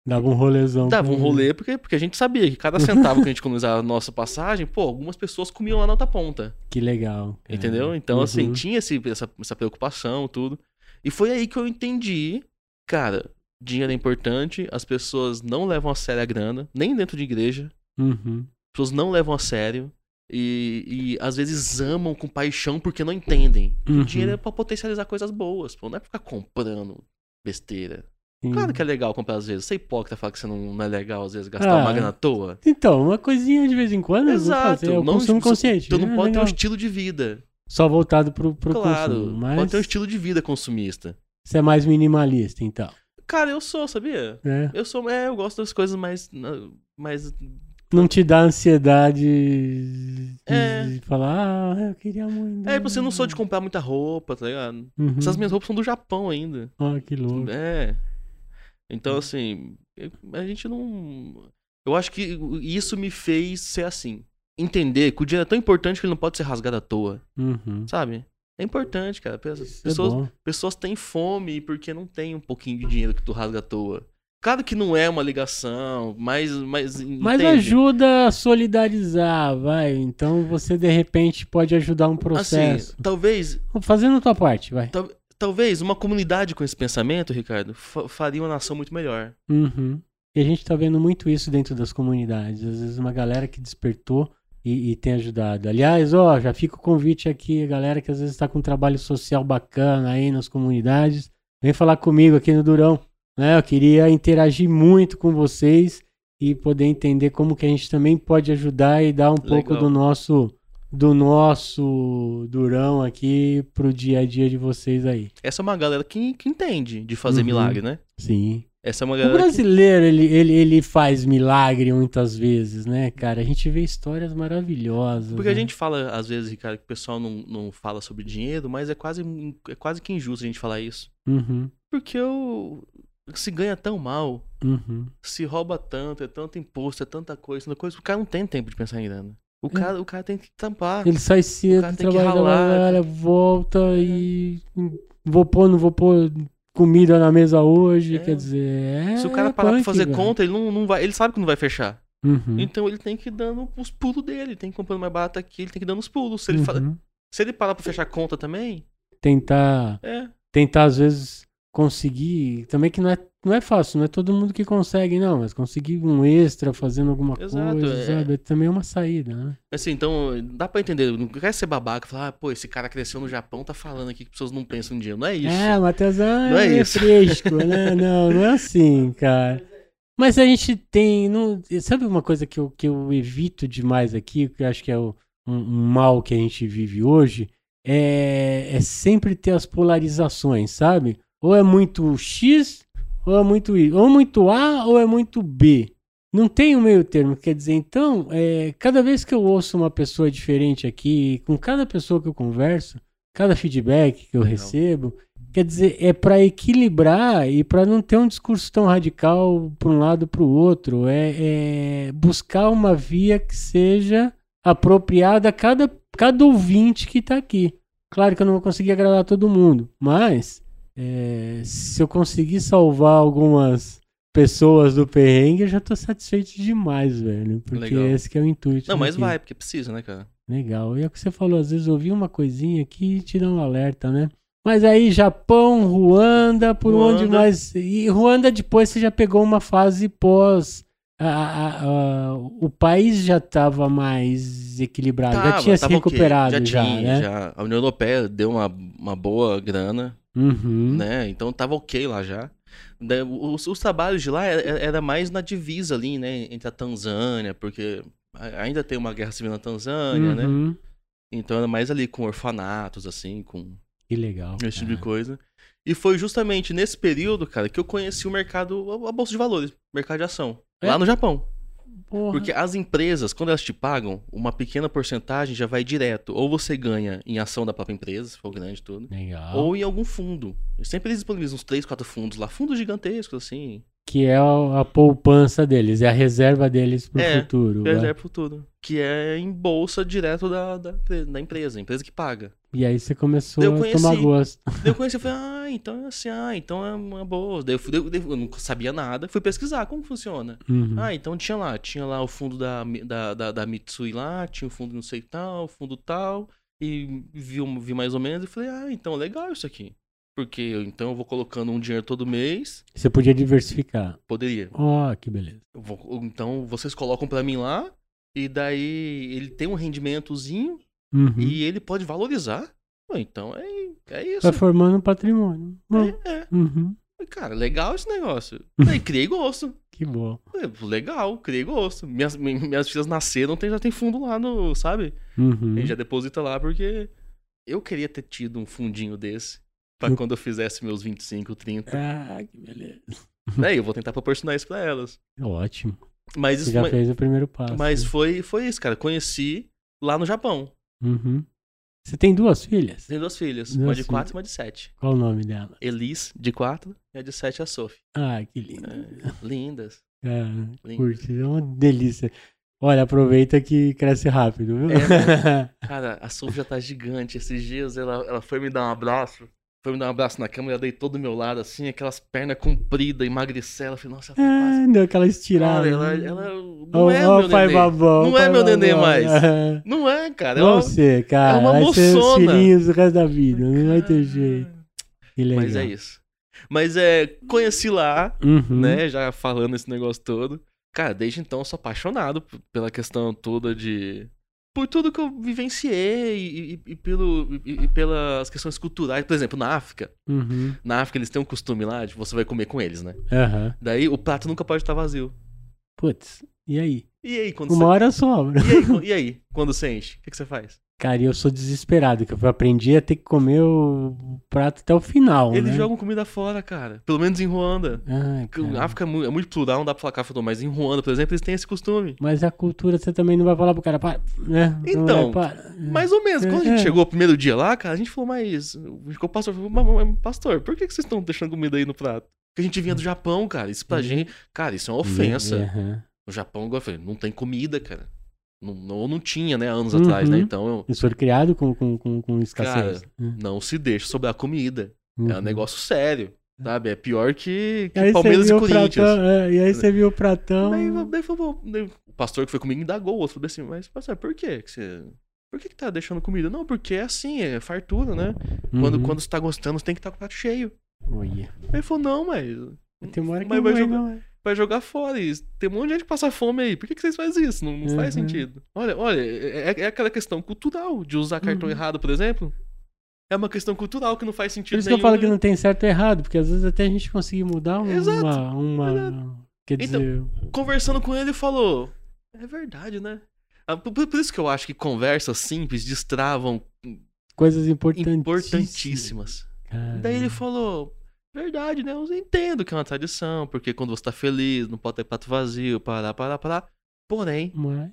S1: Dava um rolezão.
S2: Dava um
S1: pra-
S2: rolê, porque, porque a gente sabia que cada centavo que a gente economizava na nossa passagem, pô, algumas pessoas comiam lá na outra ponta.
S1: Que legal. cara.
S2: Entendeu? Então, assim,
S1: Uhum.
S2: tinha esse- essa, essa preocupação, tudo. E foi aí que eu entendi, cara, dinheiro é importante, as pessoas não levam a sério a grana, nem dentro de igreja,
S1: Uhum.
S2: as pessoas não levam a sério. E, e às vezes amam com paixão porque não entendem.
S1: Uhum.
S2: Dinheiro é pra potencializar coisas boas, pô. Não é pra ficar comprando besteira.
S1: Sim.
S2: Claro que é legal comprar às vezes. Você é hipócrita falar que você não, não é legal, às vezes, gastar
S1: Ah,
S2: uma grana à toa.
S1: Então, uma coisinha de vez em quando. eu vou
S2: é. Exato.
S1: fazer, É o consumo consciente.
S2: Tu não
S1: né?
S2: pode ter um
S1: Legal.
S2: estilo de vida.
S1: Só voltado pro, pro
S2: claro.
S1: consumo. Mas
S2: Pode ter um estilo de vida consumista.
S1: você é mais minimalista, então.
S2: Cara, eu sou, sabia?
S1: Né?
S2: Eu sou, é, eu gosto das coisas mais, mais
S1: não te dá ansiedade
S2: É.
S1: de falar, ah, eu queria muito.
S2: É, tipo, assim, eu não sou de comprar muita roupa, tá ligado?
S1: Uhum.
S2: Essas minhas roupas são do Japão ainda.
S1: Ah, que louco.
S2: É. Então, assim, eu- a gente não. Eu acho que isso me fez ser assim. Entender que o dinheiro é tão importante que ele não pode ser rasgado à toa,
S1: Uhum.
S2: sabe? É importante, cara. Pessoas,
S1: Isso é bom.
S2: pessoas têm fome porque não tem um pouquinho de dinheiro que tu rasga à toa. Claro que não é uma ligação, mas. Mas,
S1: Mas
S2: entende?
S1: ajuda a solidarizar, vai. Então você de repente pode ajudar um processo.
S2: Assim, talvez,
S1: Fazendo a tua parte, vai.
S2: talvez uma comunidade com esse pensamento, Ricardo, fa- faria uma nação muito melhor.
S1: Uhum. E a gente tá vendo muito isso dentro das comunidades. Às vezes uma galera que despertou e, e tem ajudado. Aliás, ó, já fica o convite aqui, galera que às vezes tá com um trabalho social bacana aí nas comunidades. Vem falar comigo aqui no Durão. Né? Eu queria interagir muito com vocês e poder entender como que a gente também pode ajudar e dar um pouco
S2: Legal.
S1: do nosso do nosso Durão aqui pro dia a dia de vocês aí.
S2: Essa é uma galera que, que entende de fazer
S1: Uhum. Um
S2: milagre, né?
S1: Sim.
S2: Essa é uma
S1: O
S2: galera. que-
S1: brasileiro, ele, ele, ele faz milagre muitas vezes, né, cara? A gente vê histórias maravilhosas.
S2: Porque a
S1: né?
S2: gente fala, às vezes, Ricardo, que o pessoal não, não fala sobre dinheiro, mas é quase, é quase que injusto a gente falar isso.
S1: Uhum,
S2: Porque o se ganha tão mal,
S1: uhum.
S2: se rouba tanto, é tanto imposto, é tanta coisa, tanta coisa, o cara não tem tempo de pensar em grana. O
S1: É.
S2: cara, o cara tem que tampar.
S1: Ele sai cedo,
S2: Ah, cara tem É. que
S1: trabalha,
S2: ralar,
S1: trabalha, volta e... Vou pôr, não vou pôr comida na mesa hoje,
S2: É.
S1: quer dizer... é
S2: Se o cara parar pra
S1: punk,
S2: fazer
S1: velho.
S2: conta, ele não, não vai. Ele sabe que não vai fechar.
S1: Uhum,
S2: Então ele tem que ir dando os pulos dele. Ele tem que ir comprando mais barato aqui, ele tem que ir dando os pulos. Se ele, fa-
S1: uhum.
S2: se ele parar pra fechar conta também,
S1: Tentar,
S2: é.
S1: tentar, às vezes, conseguir... Também que não é, não é fácil, não é todo mundo que consegue, não. Mas conseguir um extra fazendo alguma
S2: Exato,
S1: coisa,
S2: é.
S1: sabe? É Também é uma saída, né?
S2: Assim, então, dá pra entender. Não quer ser babaca falar, ah, pô, esse cara cresceu no Japão, tá falando aqui que pessoas não pensam em dinheiro. Não é isso.
S1: É, o Matheusão
S2: Não
S1: é,
S2: é
S1: meio
S2: isso.
S1: fresco, né? Não, não é assim, cara. Mas a gente tem. Não, sabe uma coisa que eu, que eu evito demais aqui, que eu acho que é o- um, um mal que a gente vive hoje? É, é sempre ter as polarizações, sabe? Ou é muito X, ou é muito Y. Ou muito A, ou é muito B. Não tem um meio termo, quer dizer, então, é, cada vez que eu ouço uma pessoa diferente aqui, com cada pessoa que eu converso, cada feedback que eu
S2: Legal.
S1: recebo, quer dizer, é para equilibrar e para não ter um discurso tão radical para um lado para o outro, é, é buscar uma via que seja apropriada a cada, cada ouvinte que está aqui. Claro que eu não vou conseguir agradar todo mundo, mas é, se eu conseguir salvar algumas pessoas do perrengue, eu já tô satisfeito demais, velho. Porque
S2: Legal.
S1: esse que é o intuito.
S2: Não, mas
S1: daqui.
S2: vai, porque precisa, né, cara?
S1: Legal. E é o que você falou, às vezes ouvir uma coisinha aqui e te dá um alerta, né? Mas aí, Japão, Ruanda, por onde
S2: Ruanda.
S1: mais. E Ruanda, depois você já pegou uma fase pós. a- a- a- o país já tava mais equilibrado, Ah, já
S2: Tava,
S1: tinha se
S2: tava o quê?
S1: recuperado, já,
S2: já tinha,
S1: né?
S2: já. A União Europeia deu uma, uma boa grana,
S1: Uhum.
S2: né? Então tava ok lá já. Da- Os, os trabalhos de lá era, era mais na divisa ali, né? Entre a Tanzânia, porque a- ainda tem uma guerra civil na Tanzânia, né?
S1: Uhum.
S2: Então era mais ali com orfanatos, assim, com
S1: Que legal.
S2: esse tipo de
S1: cara.
S2: coisa. E foi justamente nesse período, cara, que eu conheci o mercado, a a bolsa de valores, mercado de ação,
S1: É?
S2: lá no Japão.
S1: Porra.
S2: Porque as empresas, quando elas te pagam, uma pequena porcentagem já vai direto. Ou você ganha em ação da própria empresa, se for grande e tudo,
S1: Legal.
S2: ou em algum fundo. Sempre eles disponibilizam uns 3, 4 fundos lá, fundos gigantescos, assim,
S1: Que é a, a poupança deles, é a reserva deles pro
S2: É,
S1: futuro. né?
S2: que
S1: vai.
S2: é pro futuro. Que é em bolsa direto da, da, empre- da empresa, a empresa que paga.
S1: E aí você começou
S2: Eu
S1: a
S2: conheci.
S1: tomar gosto.
S2: Daí eu conheci e falei, ah, então é assim, ah, então é uma boa. Daí eu, fui, daí eu- daí eu não sabia nada, fui pesquisar como funciona.
S1: Uhum.
S2: Ah, então tinha lá, tinha lá o fundo da, Mi- da, da, da Mitsui lá, tinha o fundo não sei tal, o fundo tal, e vi, um- vi mais ou menos e falei, ah, então legal isso aqui. Porque eu- então eu vou colocando um dinheiro todo mês,
S1: Você podia diversificar.
S2: poderia.
S1: Ó, que beleza.
S2: Eu vou- ou então vocês colocam pra mim lá, e daí ele tem um rendimentozinho
S1: Uhum.
S2: e ele pode valorizar. Pô, então é, é isso.
S1: Vai formando um patrimônio. Bom.
S2: É, é.
S1: Uhum.
S2: Cara, legal esse negócio. Aí criei gosto.
S1: Que bom.
S2: Falei, Legal, criei gosto. Minhas, minhas filhas nasceram, tem, já tem fundo lá no, sabe?
S1: Uhum.
S2: Ele já deposita lá porque eu queria ter tido um fundinho desse pra
S1: Eu-
S2: quando eu fizesse meus 25, 30.
S1: Ah, que beleza.
S2: Daí eu vou tentar proporcionar isso pra elas.
S1: Ótimo.
S2: Mas
S1: Você
S2: isso
S1: já
S2: mas,
S1: fez o primeiro passo.
S2: mas
S1: né?
S2: foi, foi isso, cara. Conheci lá no Japão.
S1: Uhum. Você tem duas filhas?
S2: Tenho duas filhas,
S1: Duas
S2: uma de
S1: filhas.
S2: quatro e uma de sete.
S1: Qual o nome dela?
S2: Elis, de quatro, e a de sete é a Sophie. É,
S1: Ah, que linda.
S2: Lindas.
S1: Cara,
S2: Lindas.
S1: curte. É uma delícia. Olha, aproveita que cresce rápido, viu?
S2: É, Cara, a Sophie já tá gigante. Esses dias ela, ela foi me dar um abraço. Foi me dar um abraço na cama, ela deitou do meu lado, assim, aquelas pernas compridas, emagrecela. Eu falei, nossa, ela tá quase.
S1: Ah, deu aquela estirada.
S2: Cara, ela,
S1: né?
S2: ela não
S1: Ó,
S2: é
S1: ó,
S2: meu
S1: pai
S2: neném.
S1: babão,
S2: Não
S1: pai
S2: é meu neném
S1: babão.
S2: mais.
S1: É.
S2: Não é, cara.
S1: Vão
S2: ela-
S1: ser, cara.
S2: uma
S1: vai ser os
S2: moçona.
S1: filhinhos o resto da vida. Não vai ter jeito. Que legal.
S2: Mas é isso. Mas é, conheci lá,
S1: Uhum.
S2: né? Já falando esse negócio todo. Cara, desde então eu sou apaixonado p- pela questão toda de. Por tudo que eu vivenciei e, e- e pelo, e- e pelas questões culturais. Por exemplo, na África.
S1: Uhum.
S2: Na África eles têm um costume lá de você vai comer com eles, né?
S1: Aham.
S2: Daí o prato nunca pode estar vazio.
S1: Putz, e aí?
S2: E aí, quando
S1: Uma hora sobra.
S2: você. E aí, quan- e aí, quando você enche? O que, que você faz?
S1: Cara, e eu sou desesperado, que eu aprendi a ter que comer o prato até o final,
S2: Eles
S1: né?
S2: jogam comida fora, cara. Pelo menos em Ruanda.
S1: Ai,
S2: Que
S1: cara.
S2: A África é mu- é muito plural, não dá pra falar que a África todo, mas em Ruanda, por exemplo, eles têm esse costume.
S1: Mas a cultura você também não vai falar pro cara, para, né? Não
S2: Então,
S1: vai, para.
S2: Mais ou menos. Quando a
S1: É.
S2: gente chegou o primeiro dia lá, cara, a gente falou, mas. Ficou o pastor falou, mas, mas, pastor, por que que vocês estão deixando comida aí no prato? Porque a gente
S1: É.
S2: vinha do Japão, cara. Isso pra
S1: Uhum.
S2: gente. Cara, isso é uma ofensa.
S1: Aham.
S2: No Japão, igual eu falei, não tem comida, cara. Não, não, não tinha, né, anos
S1: Uhum.
S2: atrás, né? Então, eu-
S1: Eles foram criados com, com, com, com escassez.
S2: não se deixa sobrar comida. É um
S1: Uhum.
S2: negócio sério, sabe? É pior que, que
S1: E aí
S2: Palmeiras
S1: você
S2: e
S1: viu o
S2: Corinthians.
S1: pratão, é, e aí você viu o pratão.
S2: Daí, daí falou, bom, daí o pastor que foi comigo indagou, o outro falou assim, mas pastor, por quê que você... Por que, que tá deixando comida? Não, porque é assim, é fartura, né? Quando,
S1: Uhum.
S2: quando você tá gostando, você tem que estar com o prato cheio.
S1: Olha.
S2: Aí ele falou, não, mas.
S1: Tem uma hora que
S2: mas
S1: não
S2: vai,
S1: vai,
S2: jogar,
S1: não é.
S2: vai jogar fora. e tem um monte de gente que passa fome aí. Por que, que vocês fazem isso? Não, não faz
S1: Uhum.
S2: sentido. Olha, olha, é, é aquela questão cultural de usar cartão
S1: Uhum.
S2: errado, por exemplo. É uma questão cultural que não faz sentido.
S1: Por isso que eu
S2: nenhum,
S1: falo que
S2: né?
S1: não tem certo e errado, porque às vezes até a gente conseguir mudar uma.
S2: Exato,
S1: uma Quer
S2: Então-
S1: dizer,
S2: conversando com ele, ele falou: É verdade, né? Ah, Por, por- por isso que eu acho que conversas simples destravam
S1: coisas importantíssimas. É.
S2: importantíssimas.
S1: Cara,
S2: Daí ele falou: Verdade, né? Eu entendo que é uma tradição, porque quando você tá feliz, não pode ter prato vazio, parar, parar, parar. Porém,
S1: Mas...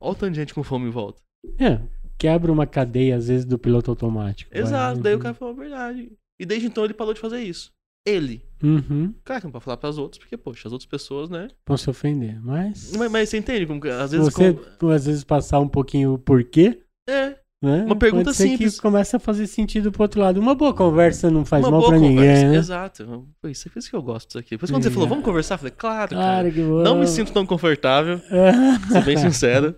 S2: olha o tanto de gente com fome em volta.
S1: É, quebra uma cadeia, às vezes, do piloto automático. vai. né?
S2: Exato. Daí o cara falou: Verdade. E desde então ele parou de fazer isso. Ele.
S1: Uhum.
S2: Claro que não pode falar pras outras, porque, poxa, as outras pessoas, né?
S1: Vão se ofender, mas.
S2: Mas, mas você entende? Como, que às
S1: se
S2: vezes.
S1: você,
S2: como-
S1: às vezes, passar um pouquinho o porquê,
S2: É,
S1: né?
S2: Uma pergunta
S1: pode ser
S2: simples.
S1: que começa a fazer sentido pro outro lado. Uma boa conversa não faz
S2: uma
S1: mal
S2: boa
S1: pra
S2: conversa.
S1: ninguém, né?
S2: Exato. Pô, isso é por isso que eu gosto disso aqui. Por isso quando você
S1: É.
S2: falou, vamos conversar, eu falei, claro, cara.
S1: Claro que vou.
S2: Não me sinto tão confortável, ser bem sincero.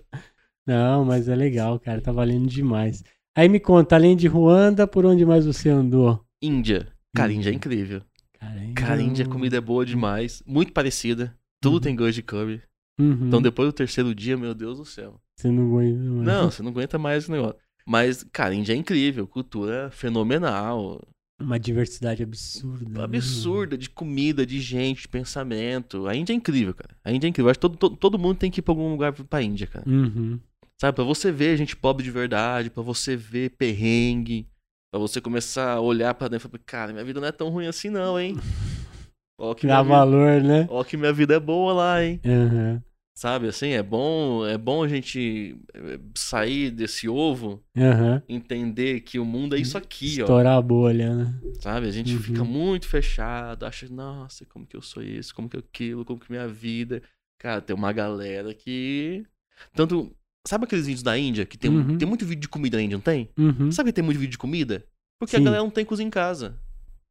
S1: Não, mas é legal, cara. Tá valendo demais. Aí me conta, além de Ruanda, por onde mais você andou?
S2: Índia. Cara,
S1: Hum.
S2: Índia é incrível.
S1: Cara,
S2: Cara, Índia, a comida é
S1: Hum.
S2: boa demais. Muito parecida. Tudo
S1: Uhum.
S2: tem gosto de curry.
S1: Uhum.
S2: Então depois do terceiro dia, meu Deus do céu.
S1: Você não aguenta mais.
S2: Não, você não aguenta mais esse negócio. Mas, cara, Índia é incrível. Cultura fenomenal.
S1: Uma diversidade absurda. né?
S2: Absurda de comida, de gente, de pensamento. A Índia é incrível, cara. A Índia é incrível. Acho que todo, todo, todo mundo tem que ir pra algum lugar pra Índia, cara.
S1: Uhum.
S2: Sabe, pra você ver gente pobre de verdade, pra você ver perrengue, pra você começar a olhar pra dentro e falar, cara, minha vida não é tão ruim assim não, hein? Ó que,
S1: Dá
S2: minha vida,
S1: valor, né?
S2: ó que minha vida é boa lá, hein?
S1: Aham.
S2: Sabe, assim, é bom, é bom a gente eh, sair desse ovo,
S1: Aham.
S2: entender que o mundo é isso aqui, ó.
S1: Estourar a bolha, né?
S2: Sabe? A gente
S1: Uhum.
S2: fica muito fechado, acha, nossa, como que eu sou isso, como que eu aquilo, como que minha vida. Cara, tem uma galera que. Tanto. Sabe aqueles vídeos da Índia que tem, um,
S1: Uhum.
S2: tem muito vídeo de comida na Índia, não tem?
S1: Uhum.
S2: Sabe que tem muito vídeo de comida? Porque
S1: Sim.
S2: a galera não tem cozinha em casa.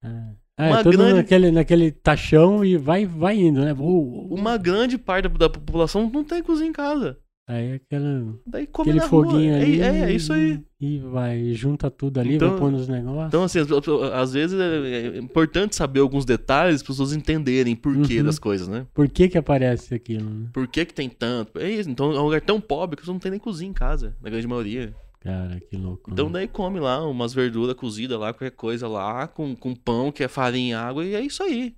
S1: Ah, é
S2: Uma
S1: todo
S2: grande-
S1: naquele, naquele tachão e vai, vai indo, né? Uou, uou.
S2: Uma grande parte da, da população não tem cozinha em casa.
S1: Aí aquela,
S2: Daí come
S1: aquele
S2: na
S1: foguinho
S2: rua. É-
S1: ali.
S2: É, é isso aí.
S1: E vai, junta tudo ali,
S2: Então-
S1: vai pondo os negócios.
S2: Então, assim, as- às vezes é é importante saber alguns detalhes para as pessoas entenderem por quê
S1: Uhum.
S2: das coisas, né?
S1: Por que que aparece aquilo, né?
S2: Por que, que tem tanto? É isso. Então é um lugar tão pobre que você não tem nem cozinha em casa, na grande maioria.
S1: Cara, que louco.
S2: Então
S1: né?
S2: daí come lá umas verduras cozidas lá, qualquer coisa lá, com, com pão, que é farinha e água, e é isso aí.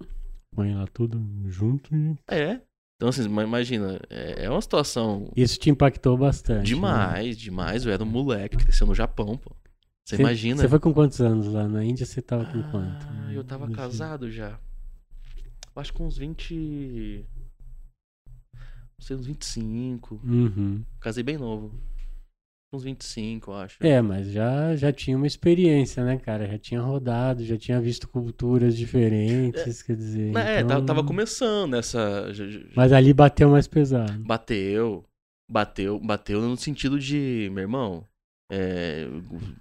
S1: Põe lá tudo junto. e-
S2: É. Então, assim, ma- imagina, é, é uma situação
S1: Isso te impactou bastante. né?
S2: demais, demais. Eu era um moleque que cresceu no Japão, pô. Você imagina.
S1: Você foi com quantos anos lá? Na Índia você tava com quanto?
S2: Ah, eu tava
S1: Assim.
S2: casado já. Eu acho que uns 20. Não sei, uns 25.
S1: Uhum.
S2: Casei bem novo. Uns 25, eu acho.
S1: É, mas já, já tinha uma experiência, né, cara? Já tinha rodado, já tinha visto culturas diferentes, quer dizer.
S2: Né, É,
S1: então-
S2: tava, tava começando essa. já- já- já-
S1: Mas ali bateu mais pesado.
S2: Bateu. Bateu. Bateu no sentido de, meu irmão, é,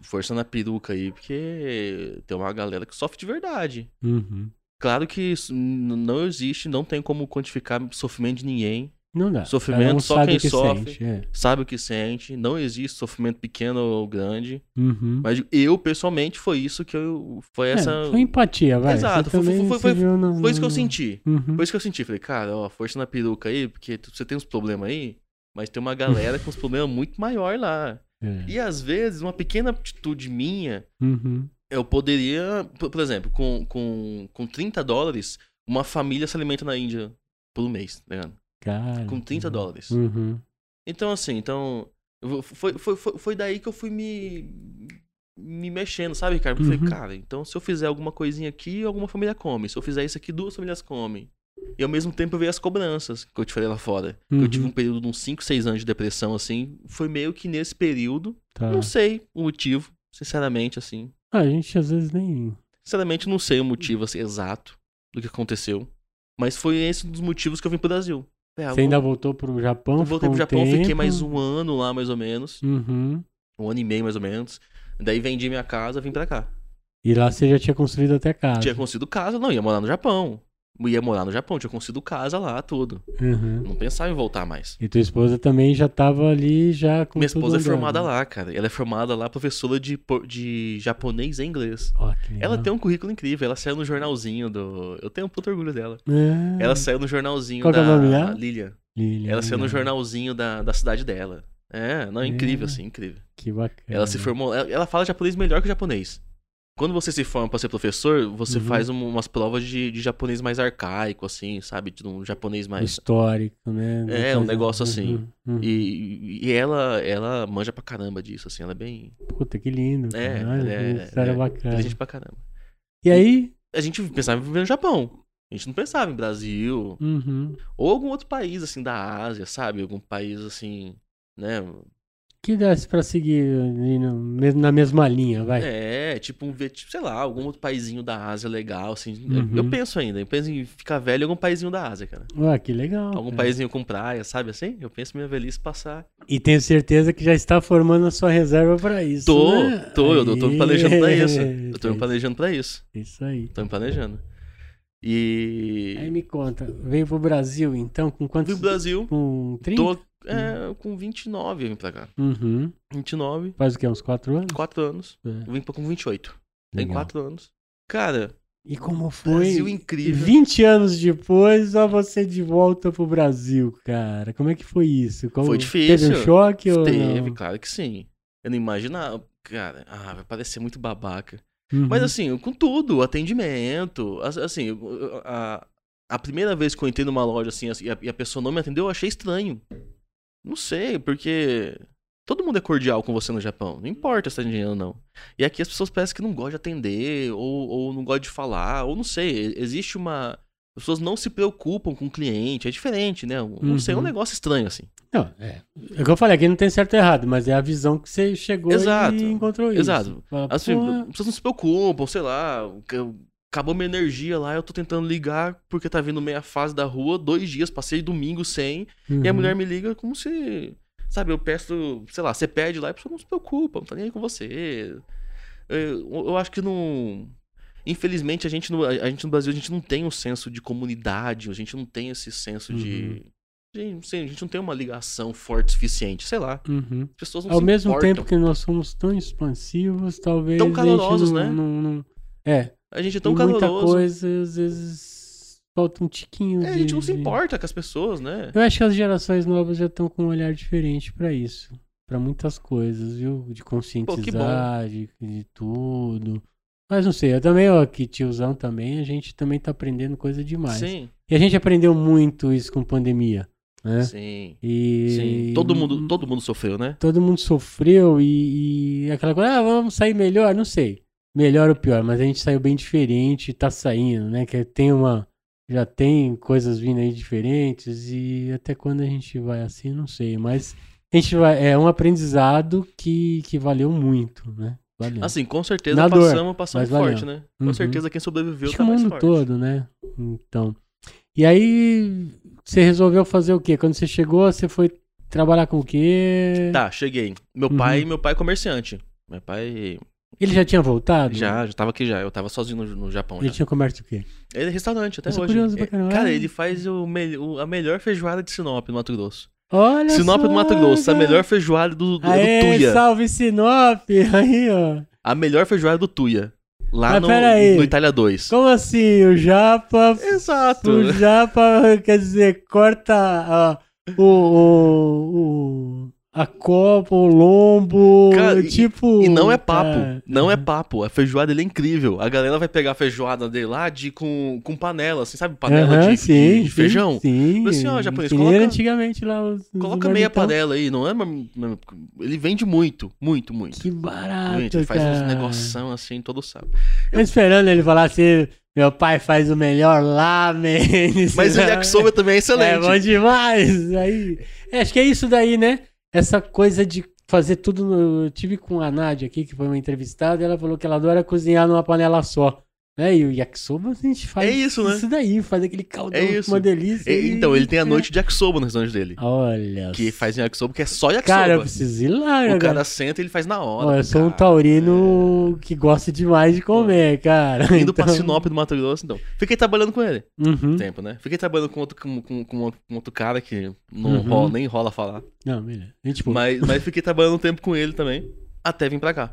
S2: força na peruca aí, porque tem uma galera que sofre de verdade.
S1: Uhum.
S2: Claro que isso n- não existe, não tem como quantificar sofrimento de ninguém.
S1: Não dá.
S2: Sofrimento
S1: Cada um
S2: só
S1: sabe
S2: quem
S1: o que
S2: sofre.
S1: sente, é.
S2: Sabe o que sente, não existe sofrimento pequeno ou grande.
S1: Uhum.
S2: Mas eu, pessoalmente, foi isso que eu. Foi
S1: É,
S2: essa.
S1: foi empatia, vai.
S2: Exato,
S1: Você
S2: foi- foi-
S1: também
S2: foi-
S1: se
S2: foi-
S1: viu no-
S2: foi isso que eu
S1: no-
S2: senti.
S1: Uhum.
S2: Foi isso que eu senti. Falei, cara, ó, força na peruca aí, porque tu- você tem uns problemas aí, mas tem uma galera com uns problemas muito maior lá.
S1: É.
S2: E às vezes, uma pequena atitude minha,
S1: Uhum.
S2: eu poderia, por, por exemplo, com, com, com 30 dólares, uma família se alimenta na Índia por mês, tá ligado?
S1: Cara.
S2: Com 30 dólares.
S1: Uhum.
S2: Então, assim, então. eu vou- Foi, foi, foi, foi daí que eu fui me. Me mexendo, sabe, cara? Eu
S1: Uhum.
S2: falei, cara, então se eu fizer alguma coisinha aqui, alguma família come. Se eu fizer isso aqui, duas famílias comem. E ao mesmo tempo eu vejo as cobranças que eu te falei lá fora. Que eu
S1: Uhum.
S2: tive um período de uns 5, 6 anos de depressão, assim. Foi meio que nesse período.
S1: Tá.
S2: Não sei o motivo, sinceramente, assim.
S1: Ah, a gente às vezes nem.
S2: Sinceramente, não sei o motivo assim, exato do que aconteceu. Mas foi esse um dos motivos que eu vim pro Brasil. É,
S1: Você ainda voltou pro Japão?
S2: eu voltei
S1: ficou
S2: pro
S1: um
S2: Japão,
S1: tempo.
S2: fiquei mais um ano lá, mais ou menos.
S1: Uhum.
S2: um ano e meio mais ou menos. Daí vendi minha casa, vim pra cá.
S1: E lá você já tinha construído até casa.
S2: Tinha conseguido casa, não, ia morar no Japão. Ia morar no Japão, tinha conseguido casa lá, tudo.
S1: Uhum.
S2: Não pensava em voltar mais.
S1: E tua esposa também já tava ali, já com
S2: Minha
S1: tudo
S2: esposa é
S1: andando.
S2: formada lá, cara. Ela é formada lá, professora de, po- de japonês e inglês.
S1: Ó, que legal.
S2: Ela tem um currículo incrível, ela saiu no jornalzinho do. Eu tenho um puto orgulho dela.
S1: É.
S2: Ela saiu no jornalzinho
S1: Qual que
S2: da
S1: é o nome dela?
S2: Lilian.
S1: Lilian,
S2: Ela saiu no
S1: legal.
S2: jornalzinho da, da cidade dela. É, não, é incrível,
S1: É.
S2: assim, incrível.
S1: Que bacana.
S2: Ela se formou. Ela ela fala japonês melhor que o japonês. Quando você se forma pra ser professor, você
S1: Uhum.
S2: faz um- umas provas de, de japonês mais arcaico, assim, sabe? De um japonês mais.
S1: Histórico, né? Não
S2: É, um
S1: faz-
S2: negócio assim.
S1: Uhum, uhum.
S2: E, e ela, ela manja pra caramba disso, assim, ela é bem.
S1: Puta, que lindo.
S2: É,
S1: caralho,
S2: é,
S1: que história
S2: é,
S1: bacana.
S2: inteligente pra caramba.
S1: E aí?
S2: A gente pensava em viver no Japão. A gente não pensava em Brasil.
S1: Uhum.
S2: Ou algum outro país, assim, da Ásia, sabe? Algum país, assim. Né?
S1: Que desse pra seguir ali no- mesmo- na mesma linha, vai.
S2: É, tipo, um, tipo, sei lá, algum outro paizinho da Ásia legal, assim.
S1: Uhum.
S2: Eu penso ainda, eu penso em ficar velho em algum paizinho da Ásia, cara.
S1: Ué, que legal.
S2: Algum
S1: cara.
S2: paísinho com praia, sabe assim? Eu penso minha velhice passar.
S1: E tenho certeza que já está formando a sua reserva pra isso.
S2: Tô,
S1: né?
S2: tô, eu tô me planejando pra isso.
S1: Aí,
S2: Eu tô me planejando pra isso.
S1: Isso aí.
S2: Tô me planejando.
S1: Aí
S2: E.
S1: me conta, veio pro Brasil então com
S2: Vim
S1: quantos?
S2: pro Brasil,
S1: Com 30?
S2: tô
S1: Hum.
S2: é, com 29, eu vim pra cá.
S1: Uhum.
S2: 29,
S1: Faz o quê? Uns 4 anos?
S2: 4 anos.
S1: É.
S2: Eu vim pra com 28. Tem
S1: Legal.
S2: 4 anos. Cara,
S1: E como foi?
S2: Brasil incrível.
S1: 20 anos depois, ó você de volta pro Brasil, cara. Como é que foi isso? Como-
S2: Foi difícil.
S1: Teve um choque ou
S2: Teve,
S1: não?
S2: claro que sim. Eu não imaginava. Cara, ah, vai parecer muito babaca.
S1: Uhum.
S2: Mas assim, com tudo, atendimento, as- assim, eu- eu- a, a primeira vez que eu entrei numa loja assim, assim, e a, e a pessoa não me atendeu, eu achei estranho. Não sei, porque todo mundo é cordial com você no Japão, não importa se tá atendendo ou não. E aqui as pessoas parecem que não gostam de atender, ou, ou não gostam de falar, ou não sei, e- existe uma... As pessoas não se preocupam com o cliente, é diferente, né? Não sei, é um
S1: Uhum.
S2: negócio estranho, assim.
S1: Não, é. É o que eu falei, aqui não tem certo e errado, mas é a visão que você chegou
S2: Exato,
S1: e encontrou isso.
S2: exato.
S1: Fala,
S2: Assim,
S1: "Pô,
S2: as pessoas não se preocupam, sei lá. que eu- Acabou minha energia lá, eu tô tentando ligar porque tá vindo meia fase da rua, dois dias, passei domingo sem, e a
S1: uhum,
S2: mulher me liga como se. Sabe, eu peço, sei lá, você pede lá e a pessoa não se preocupa, não tá nem aí com você. Eu, eu acho que não. Infelizmente, a gente, no, a gente no Brasil, a gente não tem um senso de comunidade, a gente não tem esse senso de. de- não sei, a gente não tem uma ligação forte o suficiente, sei lá.
S1: uhum."
S2: As pessoas não
S1: Ao
S2: se
S1: mesmo
S2: importam.
S1: tempo que nós somos tão expansivos, talvez.
S2: Tão
S1: a gente
S2: calorosos,
S1: não-
S2: né?
S1: não- não- É,
S2: A gente é
S1: tem
S2: tão
S1: muita
S2: caloroso.
S1: coisa, às vezes falta um tiquinho.
S2: É, a
S1: de-
S2: gente não se
S1: de-
S2: importa com as pessoas, né?
S1: Eu acho que as gerações novas já estão com um olhar diferente pra isso. Pra muitas coisas, viu? De conscientizar, de, de tudo. Mas não sei, eu também, ó, que tiozão também, a gente também tá aprendendo coisa demais.
S2: Sim,
S1: E a gente aprendeu muito isso com pandemia, né?
S2: sim,
S1: E...
S2: sim. Todo mundo, todo mundo sofreu, né?
S1: todo mundo sofreu e, e aquela coisa, ah, vamos sair melhor, não sei. Melhor ou pior, mas a gente saiu bem diferente e tá saindo, né? Que tem uma. já tem coisas vindo aí diferentes e até quando a gente vai assim, não sei, mas a gente vai, é um aprendizado que, que valeu muito, né? Valeu.
S2: Assim, com certeza
S1: Na dor,
S2: passamos, passamos
S1: mas valeu.
S2: forte, né? Com
S1: Uhum.
S2: certeza quem sobreviveu
S1: Acho que
S2: tá
S1: o
S2: mais
S1: mundo
S2: forte.
S1: todo, né? Então. E aí, você resolveu fazer o quê? Quando você chegou, você foi trabalhar com o quê?
S2: Tá, cheguei. Meu
S1: né? Uhum.
S2: pai, meu pai é comerciante. Meu pai
S1: Ele já tinha voltado?
S2: já, já tava aqui já. Eu tava sozinho no, no Japão
S1: Ele
S2: já.
S1: tinha comércio o quê?
S2: Ele é restaurante até
S1: Eu sou
S2: hoje.
S1: curioso pra
S2: É,
S1: caralho.
S2: cara, ele faz o mel- o- a melhor feijoada de Sinop no Mato Grosso.
S1: Olha
S2: Sinop
S1: só,
S2: do Mato Grosso, a
S1: cara.
S2: melhor feijoada do, do, é do
S1: Aê,
S2: Tuia.
S1: salve Sinop! Aí, ó.
S2: A melhor feijoada do Tuia. Lá
S1: Mas
S2: no,
S1: pera aí.
S2: no Itália 2.
S1: Como assim? O Japa.
S2: Exato.
S1: O Japa, quer dizer, corta a- o, o, o- a copa, o lombo.
S2: Cara, e-
S1: tipo.
S2: E não é papo,
S1: cara.
S2: não é papo. A feijoada ele é incrível. A galera vai pegar a feijoada dele lá de, com, com panela, assim, sabe? Panela
S1: Aham,
S2: de, de-
S1: sim,
S2: de
S1: sim,
S2: feijão.
S1: Sim.
S2: Mas assim, ó, japonês,
S1: Que nem
S2: coloca-
S1: era antigamente lá. Os, os
S2: Coloca meia
S1: marmitão.
S2: panela aí, não é? mam- mam- Ele vende muito, muito, muito.
S1: Que barato.
S2: Muito, ele faz uns
S1: cara.
S2: negoção assim todo sábado.
S1: Tô esperando ele falar assim: meu pai faz o melhor lá, Menes.
S2: Mas o yakisoba também é
S1: É
S2: excelente.
S1: bom demais. Aí, é, acho que é isso daí, né? Essa coisa de fazer tudo. no- Eu tive com a Nádia aqui, que foi uma entrevistada, e ela falou que ela adora cozinhar numa panela só. Né? E o yakisoba a gente faz
S2: É isso, né?
S1: isso daí, faz aquele caldão,
S2: É
S1: com
S2: isso.
S1: uma delícia.
S2: E-
S1: e-
S2: então, ele tem a
S1: é.
S2: noite de yakisoba no restaurante dele.
S1: Olha.
S2: Que faz um yakisoba que é só yakisoba.
S1: Cara, eu preciso ir lá,
S2: o
S1: né,
S2: cara
S1: cara.
S2: senta e ele faz na hora.
S1: Ó, eu sou um
S2: cara. É.
S1: taurino que gosta demais de comer, cara.
S2: Indo pra
S1: Então-
S2: Sinop do Mato Grosso, então. Fiquei trabalhando com ele.
S1: Uhum.
S2: tempo, né? Fiquei trabalhando com outro, com, com- com outro- com outro cara que não
S1: Uhum.
S2: rola, nem rola falar.
S1: Não, beleza. E, tipo,
S2: Mas, mas fiquei trabalhando um tempo com ele também, até vir pra cá.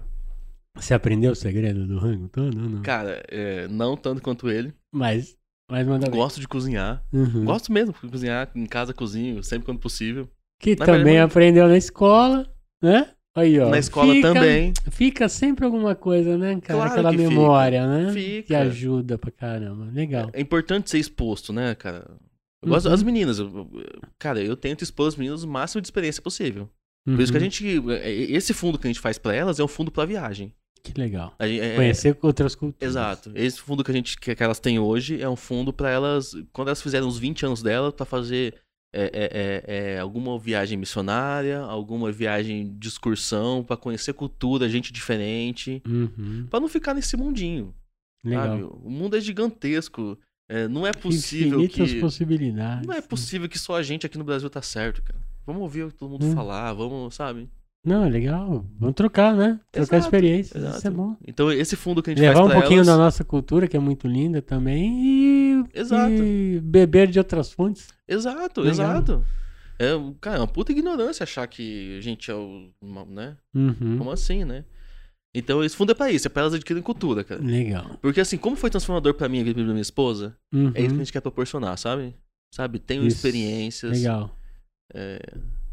S1: você aprendeu o segredo do rango todo? ou Não.
S2: Cara, é, não tanto quanto ele.
S1: Mas, mas manda bem.
S2: Gosto de cozinhar.
S1: Uhum.
S2: Gosto mesmo de cozinhar. Em casa cozinho, sempre quando possível.
S1: Que
S2: Na
S1: também
S2: verdade-
S1: aprendeu na escola, né? Aí, ó.
S2: Na escola
S1: fica-
S2: também.
S1: Fica sempre alguma coisa, né, cara?
S2: Claro
S1: Aquela
S2: que fica.
S1: memória, né?
S2: Fica.
S1: Que ajuda pra caramba. Legal.
S2: É importante ser exposto, né, cara? Eu gosto
S1: Uhum.
S2: das meninas. eu- eu- Cara, eu tento expor as meninas o máximo de experiência possível. Por isso que a
S1: Uhum.
S2: gente. é, Esse fundo que a gente faz pra elas é um fundo pra viagem.
S1: Que legal.
S2: A gente- é- é-
S1: Conhecer outras culturas.
S2: Exato. Esse fundo que a gente que, que elas têm hoje é um fundo pra elas, quando elas fizerem os 20 anos dela, pra fazer é, é, é, é, alguma viagem missionária, alguma viagem de excursão, pra conhecer cultura, gente diferente,
S1: Uhum.
S2: Pra não ficar nesse mundinho, sabe?
S1: Legal.
S2: O mundo é gigantesco, é, não é possível
S1: Infinitas
S2: que
S1: possibilidades.
S2: não é possível que só a gente aqui no Brasil tá certo, cara. Vamos ouvir o que todo mundo
S1: Hum.
S2: falar, vamos, sabe?
S1: Não, é legal. Vamos trocar, né? Trocar
S2: Exato,
S1: experiências.
S2: exato.
S1: Isso é bom.
S2: Então esse fundo que a gente
S1: Levar
S2: faz
S1: um
S2: pra
S1: pouquinho
S2: elas,
S1: da nossa cultura, que é muito linda também, e,
S2: Exato.
S1: e beber de outras fontes.
S2: Exato,
S1: Legal.
S2: exato. É, cara, é uma puta ignorância achar que a gente é o. uma- né?
S1: Uhum.
S2: Como assim, né? Então, esse fundo é pra isso, é pra elas adquirirem cultura,
S1: Hum.
S2: cara.
S1: Legal.
S2: Porque assim, como foi transformador pra mim e pra minha esposa,
S1: Uhum.
S2: é isso que a gente quer proporcionar, sabe? Sabe? Tenho
S1: Isso.
S2: experiências,
S1: Legal.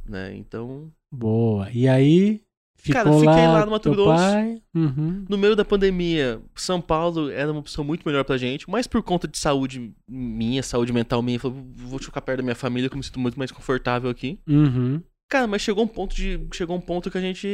S2: né? Então,
S1: Boa. E aí, ficou
S2: Cara, fiquei lá no
S1: com
S2: Mato
S1: teu
S2: Grosso.
S1: pai? Uhum.
S2: no meio da pandemia, São Paulo era uma opção muito melhor pra gente, mas por conta de saúde minha, saúde mental minha, eu falei, vou ficar perto da minha família, que eu me sinto muito mais confortável aqui.
S1: Uhum.
S2: Cara, mas chegou um ponto de. Chegou um ponto que a gente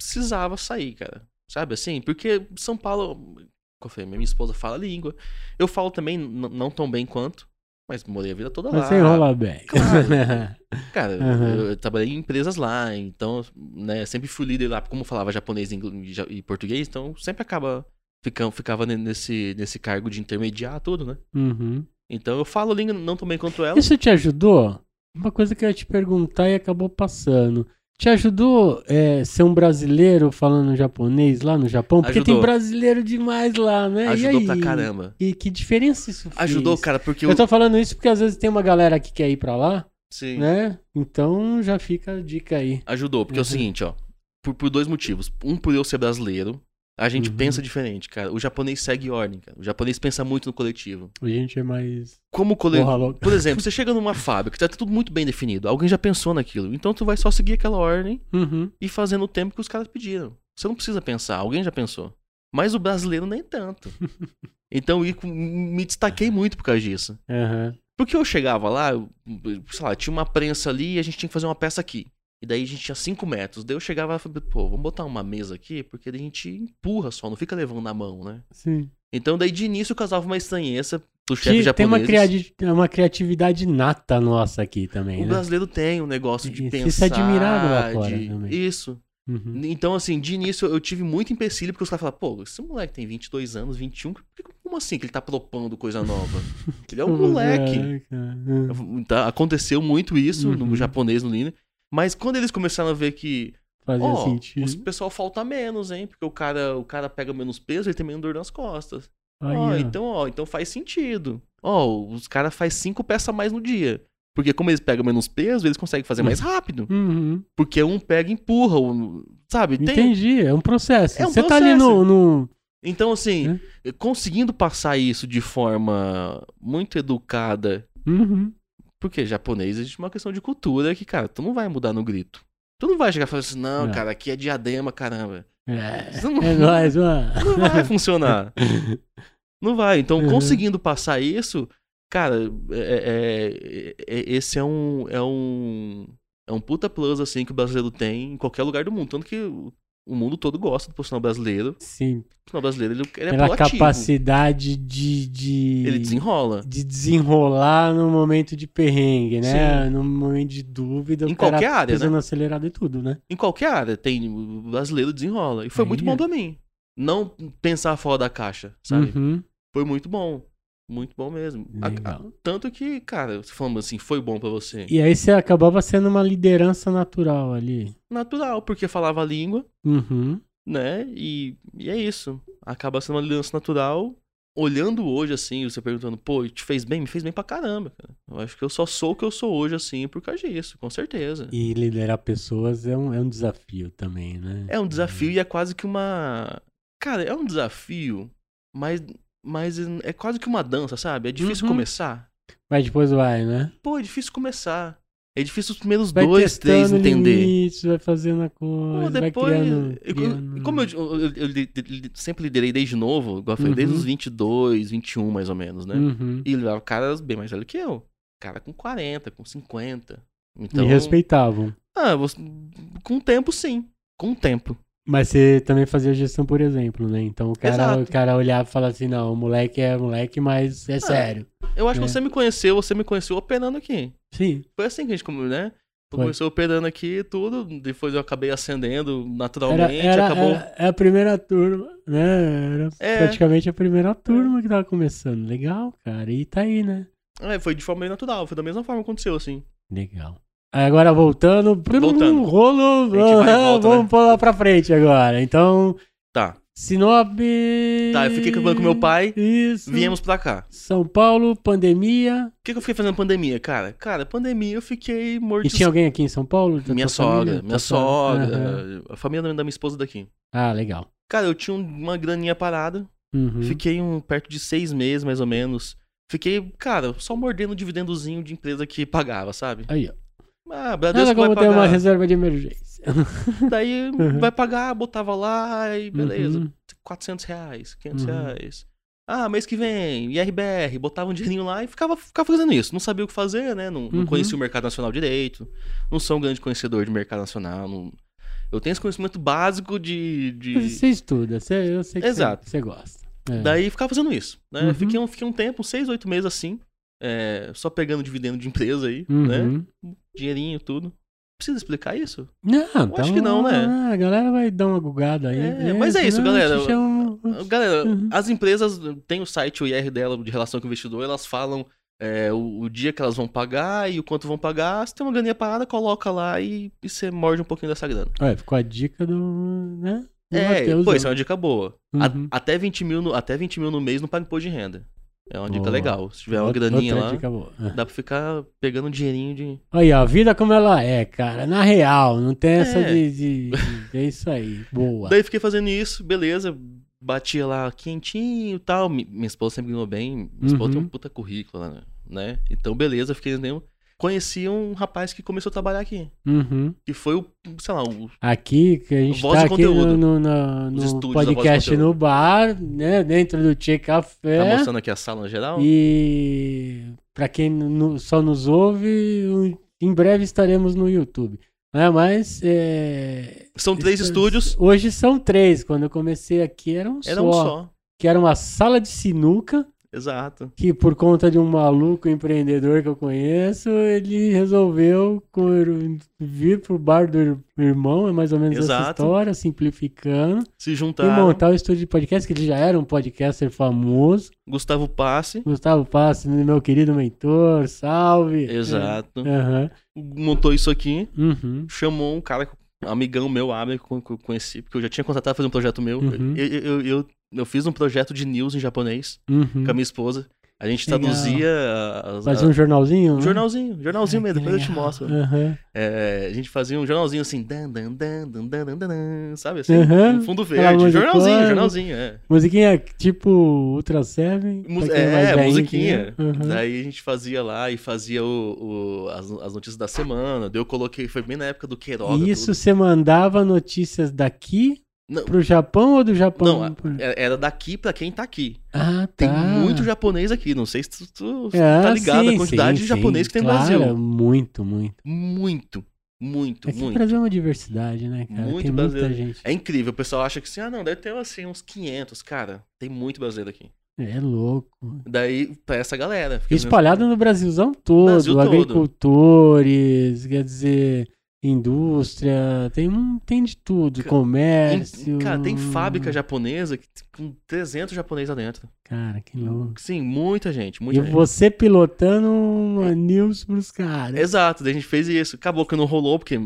S2: precisava sair, cara. Sabe assim? Porque São Paulo. Como eu falei, minha esposa fala a língua. Eu falo também, n- não tão bem quanto, mas morei a vida toda
S1: Mas
S2: lá.
S1: sem rolar bem.
S2: Claro. Cara, eu-
S1: Uhum.
S2: eu, trabalhei em empresas lá, então, né, sempre fui líder lá, como eu falava japonês e ingl- e ja- e português, então sempre acaba. Ficava, ficava ne- nesse, nesse cargo de intermediar tudo, né?
S1: Uhum.
S2: Então eu falo a língua não tão bem quanto ela.
S1: Isso te ajudou? Uma coisa que eu ia te perguntar e acabou passando. Te ajudou é, ser um brasileiro falando japonês lá no Japão? Porque tem
S2: Ajudou.
S1: brasileiro demais lá, né?
S2: Ajudou
S1: e aí?
S2: pra caramba.
S1: E que diferença isso fez?
S2: Ajudou, cara, porque
S1: Eu...
S2: eu.
S1: tô falando isso porque às vezes tem uma galera que quer ir pra lá,
S2: Sim.
S1: né? Então já fica a dica aí.
S2: Ajudou, porque é
S1: Uhum.
S2: o seguinte, ó. Por, por dois motivos. Um, por eu ser brasileiro, a gente
S1: Uhum.
S2: pensa diferente, cara. O japonês segue ordem, cara. O japonês pensa muito no coletivo.
S1: A gente é mais
S2: Como coletivo.
S1: porra louca.
S2: Por exemplo, você chega numa fábrica, tá tudo muito bem definido. Alguém já pensou naquilo. Então tu vai só seguir aquela ordem
S1: Uhum.
S2: e fazendo o tempo que os caras pediram. Você não precisa pensar, alguém já pensou. Mas o brasileiro nem tanto. Então e com- me destaquei muito por causa disso.
S1: Aham.
S2: Porque eu chegava lá, eu- sei lá, tinha uma prensa ali e a gente tinha que fazer uma peça aqui. E daí a gente tinha 5 metros. Daí eu chegava lá e falava, pô, vamos botar uma mesa aqui, porque daí a gente empurra só, não fica levando na mão, né?
S1: Sim.
S2: Então daí de início eu causava uma estranheza do chefe
S1: Que tem
S2: japonês.
S1: uma, criati- uma criatividade nata nossa aqui também,
S2: O
S1: né?
S2: brasileiro tem um negócio de
S1: Isso,
S2: pensar.
S1: isso é admirável lá fora
S2: de-
S1: também.
S2: Isso.
S1: Uhum.
S2: Então, assim, de início eu tive muito empecilho, porque os caras falaram, pô, esse moleque tem 22 anos, 21, por que- como assim que ele tá propondo coisa nova? Que ele é um
S1: Como
S2: moleque.
S1: é, cara? Hum.
S2: Tá, aconteceu muito isso
S1: Uhum.
S2: no japonês, no Liner. Mas quando eles começaram a ver que,
S1: Fazia
S2: ó, o
S1: sentido.
S2: pessoal falta menos, hein? Porque o cara, o cara pega menos peso, ele tem menos dor nas costas.
S1: Aí,
S2: Ó,
S1: ó.
S2: então, ó, então faz sentido. Ó, os caras faz cinco peças a mais no dia. Porque como eles pegam menos peso, eles conseguem fazer mais rápido.
S1: Uhum.
S2: Porque um pega e empurra, um- sabe? Tem-
S1: Entendi, é um processo.
S2: É um
S1: Você tá ali no, no-
S2: Então, assim,
S1: É.
S2: conseguindo passar isso de forma muito educada,
S1: Uhum.
S2: porque japonês existe uma questão de cultura que, cara, tu não vai mudar no grito. Tu não vai chegar e falar assim, não,
S1: Não.
S2: cara, aqui é diadema, caramba.
S1: É,
S2: Isso não,
S1: é nóis, mano.
S2: não vai funcionar. Não vai. Então,
S1: Uhum.
S2: conseguindo passar isso, cara, é- é- é- esse é um, é um. É um puta plus, assim, que o brasileiro tem em qualquer lugar do mundo. Tanto que o o mundo todo gosta do profissional brasileiro.
S1: Sim,
S2: O profissional brasileiro, ele, ele é
S1: pela
S2: proativo.
S1: capacidade de, de,
S2: Ele desenrola.
S1: de desenrolar no momento de perrengue, né? No momento de dúvida.
S2: Em
S1: o cara
S2: qualquer área,
S1: pisando acelerado e tudo, né?
S2: Em qualquer área, tem o brasileiro desenrola. E foi
S1: Aí é.
S2: muito bom pra mim. Não pensar fora da caixa, sabe?
S1: Uhum.
S2: Foi muito bom. Muito bom mesmo. A- a-
S1: Legal.
S2: tanto que, cara, você falando assim, foi bom pra você.
S1: E aí você acabava sendo uma liderança natural ali.
S2: Natural, porque falava a língua,
S1: Uhum.
S2: né? E, e é isso. Acaba sendo uma liderança natural. Olhando hoje, assim, você perguntando, pô, te fez bem? Me fez bem pra caramba, cara. Eu acho que eu só sou o que eu sou hoje, assim, por causa disso, com certeza.
S1: E liderar pessoas é um, é um desafio também, né?
S2: É um desafio e é quase que uma. Cara, é um desafio, mas, mas é quase que uma dança, sabe? É difícil
S1: Uhum.
S2: começar.
S1: Mas depois vai, né?
S2: Pô, é difícil começar. É difícil os primeiros
S1: Vai
S2: dois, três
S1: testando
S2: entender.
S1: limites, vai fazendo a coisa,
S2: Pô,
S1: vai
S2: depois.
S1: criando,
S2: e co-
S1: criando-
S2: e Como eu, eu- eu li- li- sempre liderei desde novo, igual eu falei, desde
S1: Uhum.
S2: os 22, 21 mais ou menos, né?
S1: Uhum.
S2: E lá caras bem mais velho que eu. Cara com 40, com 50. Então.
S1: Me respeitavam.
S2: Ah, você- com o tempo, sim. Com o tempo.
S1: Mas você também fazia gestão, por exemplo, né? Então o cara,
S2: Exato. Ah,
S1: o cara olhava e falava assim, não, o moleque é moleque, mas é sério.
S2: Eu acho
S1: É.
S2: que você me conheceu, você me conheceu operando aqui.
S1: Sim.
S2: Foi assim que a gente começou, né? Tu
S1: Foi.
S2: começou operando aqui e tudo, depois eu acabei acendendo
S1: Era,
S2: naturalmente,
S1: era,
S2: acabou.
S1: era- é a primeira turma, né? Era
S2: É.
S1: praticamente a primeira turma que tava começando. Legal, cara. E tá aí, né?
S2: É, foi de forma meio natural, foi da mesma forma que aconteceu, assim.
S1: Legal. Aí Agora voltando,
S2: Voltando.
S1: rolo,
S2: gente vai e
S1: ah,
S2: volta,
S1: vamos
S2: né?
S1: pôr lá pra frente agora. Então,
S2: Tá.
S1: Sinop...
S2: Tá, eu fiquei com meu pai,
S1: Isso.
S2: viemos pra cá.
S1: São Paulo, pandemia.
S2: O que, que eu fiquei fazendo na pandemia, cara? Cara, pandemia eu fiquei
S1: E
S2: morto.
S1: tinha alguém aqui em São Paulo? da
S2: Minha
S1: tua família?
S2: sogra, minha
S1: Tua sogra. Aham.
S2: sogra, a família da minha esposa daqui.
S1: Ah, legal.
S2: Cara, eu tinha uma graninha parada,
S1: Uhum.
S2: fiquei um, perto de seis meses, mais ou menos. Fiquei, cara, só mordendo o dividendozinho de empresa que pagava, sabe?
S1: Aí, ó.
S2: Ah, Bradesco
S1: Nada
S2: vai
S1: como ter uma
S2: pagar.
S1: reserva de emergência.
S2: Daí
S1: Uhum.
S2: vai pagar, botava lá e beleza.
S1: Uhum.
S2: 400 reais, 500
S1: Uhum.
S2: reais. Ah, mês que vem, IRBR, botava um dinheirinho lá e ficava, ficava fazendo isso. Não sabia o que fazer, né? Não, não
S1: Uhum.
S2: conhecia o mercado nacional direito. Não sou um grande conhecedor de mercado nacional. não- Eu tenho esse conhecimento básico de. de-
S1: Mas Você estuda, você, eu sei que
S2: Exato.
S1: você, você gosta. É.
S2: Daí ficava fazendo isso. Né?
S1: Uhum.
S2: Fiquei, um, fiquei um tempo, uns 6, 8 meses assim. é, só pegando dividendo de empresa aí, né?
S1: Uhum.
S2: Dinheirinho, tudo. Precisa explicar isso?
S1: Não, então, ah,
S2: acho que não, né?
S1: A galera vai dar uma gugada aí. né?
S2: É, mas é isso,
S1: não,
S2: galera.
S1: te chama-
S2: Galera,
S1: Uhum.
S2: as empresas têm o site, o IR dela, de relação com o investidor, elas falam é, o, o dia que elas vão pagar e o quanto vão pagar. Se tem uma graninha parada, coloca lá e, e você morde um pouquinho dessa grana.
S1: Olha, ficou a dica do. Né? Do
S2: é,
S1: Matheus,
S2: pô,
S1: né?
S2: isso é uma dica boa. A-
S1: Uhum.
S2: até, 20 mil no, até 20 mil no mês não paga imposto de renda. É uma dica
S1: Boa.
S2: legal. Se tiver uma
S1: Outra-
S2: graninha
S1: outra
S2: lá,
S1: dica boa. É.
S2: dá pra ficar pegando um dinheirinho de.
S1: Aí, ó, a vida como ela é, cara. Na real, não tem essa
S2: É.
S1: de, de- de- É isso aí. Boa.
S2: Daí fiquei fazendo isso, beleza. Batia lá quentinho e tal. Mi- Minha esposa sempre ganhou bem. Minha esposa tem
S1: Uhum.
S2: um puta currículo, lá, né? Então, beleza, fiquei entendendo. Conheci um rapaz que começou a trabalhar aqui.
S1: Uhum.
S2: Que foi o, sei lá, o.
S1: Aqui, que a gente
S2: Voz
S1: tá
S2: e
S1: aqui no,
S2: conteúdo.
S1: no, na-
S2: Os
S1: no
S2: estúdios da Voz e
S1: podcast
S2: Conteúdo.
S1: no bar, né? Dentro do Tchê
S2: Tá
S1: Café.
S2: mostrando aqui a sala no geral?
S1: e pra quem nu- só nos ouve, um- em breve estaremos no YouTube. né? mas. é,
S2: São três
S1: esses-
S2: estúdios,
S1: Hoje são três. Quando eu comecei aqui era um
S2: era
S1: só.
S2: um só.
S1: Que era uma sala de sinuca
S2: Exato.
S1: que por conta de um maluco empreendedor que eu conheço, ele resolveu co- vir pro bar do ir- irmão, é mais ou menos essa
S2: Exato.
S1: história, simplificando,
S2: Se
S1: e
S2: juntaram.
S1: montar o estúdio de podcast, que ele já era um podcaster famoso.
S2: Gustavo Passe.
S1: Gustavo Passi, meu querido mentor, salve! É.
S2: Exato.
S1: Aham,
S2: Montou isso aqui.
S1: uhum,
S2: Chamou um cara, um amigão meu, Abner, que eu que eu conheci, porque eu já tinha contratado pra fazer um projeto meu.
S1: Uhum.
S2: Eu, eu, eu, eu- eu fiz um projeto de news em japonês
S1: uhum.
S2: com a minha esposa. A gente
S1: Legal.
S2: traduzia. as-
S1: Fazia um jornalzinho,
S2: um
S1: né?
S2: jornalzinho, jornalzinho mesmo, depois eu te mostro.
S1: Aham,
S2: É, a gente fazia um jornalzinho assim, dan, dan, dan, dan, dan, dan, dan, dan, sabe assim?
S1: Aham.
S2: Um fundo
S1: Aquela
S2: verde,
S1: música
S2: jornalzinho,
S1: clássica.
S2: jornalzinho, é.
S1: Musiquinha tipo Ultra Seven? pra
S2: Mus-
S1: quem mais
S2: é,
S1: velhinho,
S2: musiquinha.
S1: né? Aham.
S2: Daí a gente fazia lá e fazia o, o- as, as notícias da semana. Daí eu coloquei, foi bem na época do Queiroga.
S1: E isso você mandava notícias daqui
S2: Não.
S1: pro Japão ou do Japão?
S2: Não, a-
S1: pro-
S2: era- É, era daqui pra quem tá aqui.
S1: Ah,
S2: Tem
S1: tá.
S2: muito japonês aqui, não sei se tu, tu
S1: Ah,
S2: tá ligado
S1: sim,
S2: a quantidade
S1: sim,
S2: de japonês
S1: sim,
S2: que tem
S1: claro,
S2: no Brasil.
S1: Muito, muito.
S2: Muito, muito,
S1: Aqui no
S2: muito.
S1: Brasil é uma diversidade, né, cara?
S2: Muito
S1: tem muita
S2: brasileiro.
S1: gente.
S2: É incrível, o pessoal acha que assim, ah não, deve ter assim uns 500, cara. Tem muito brasileiro aqui.
S1: É louco.
S2: Daí pra essa galera. fica-
S1: Espalhado no Brasilzão todo,
S2: Brasil todo.
S1: agricultores, quer dizer, indústria, tem, um- tem de tudo,
S2: Ca-
S1: comércio.
S2: Em- Cara, tem fábrica japonesa que tem- com 300 japoneses lá dentro.
S1: Cara, que
S2: Hum,
S1: louco.
S2: Sim, muita gente, muita
S1: E
S2: gente.
S1: você pilotando
S2: É.
S1: uma news pros caras.
S2: Exato, daí a gente fez isso. Acabou que não rolou, porque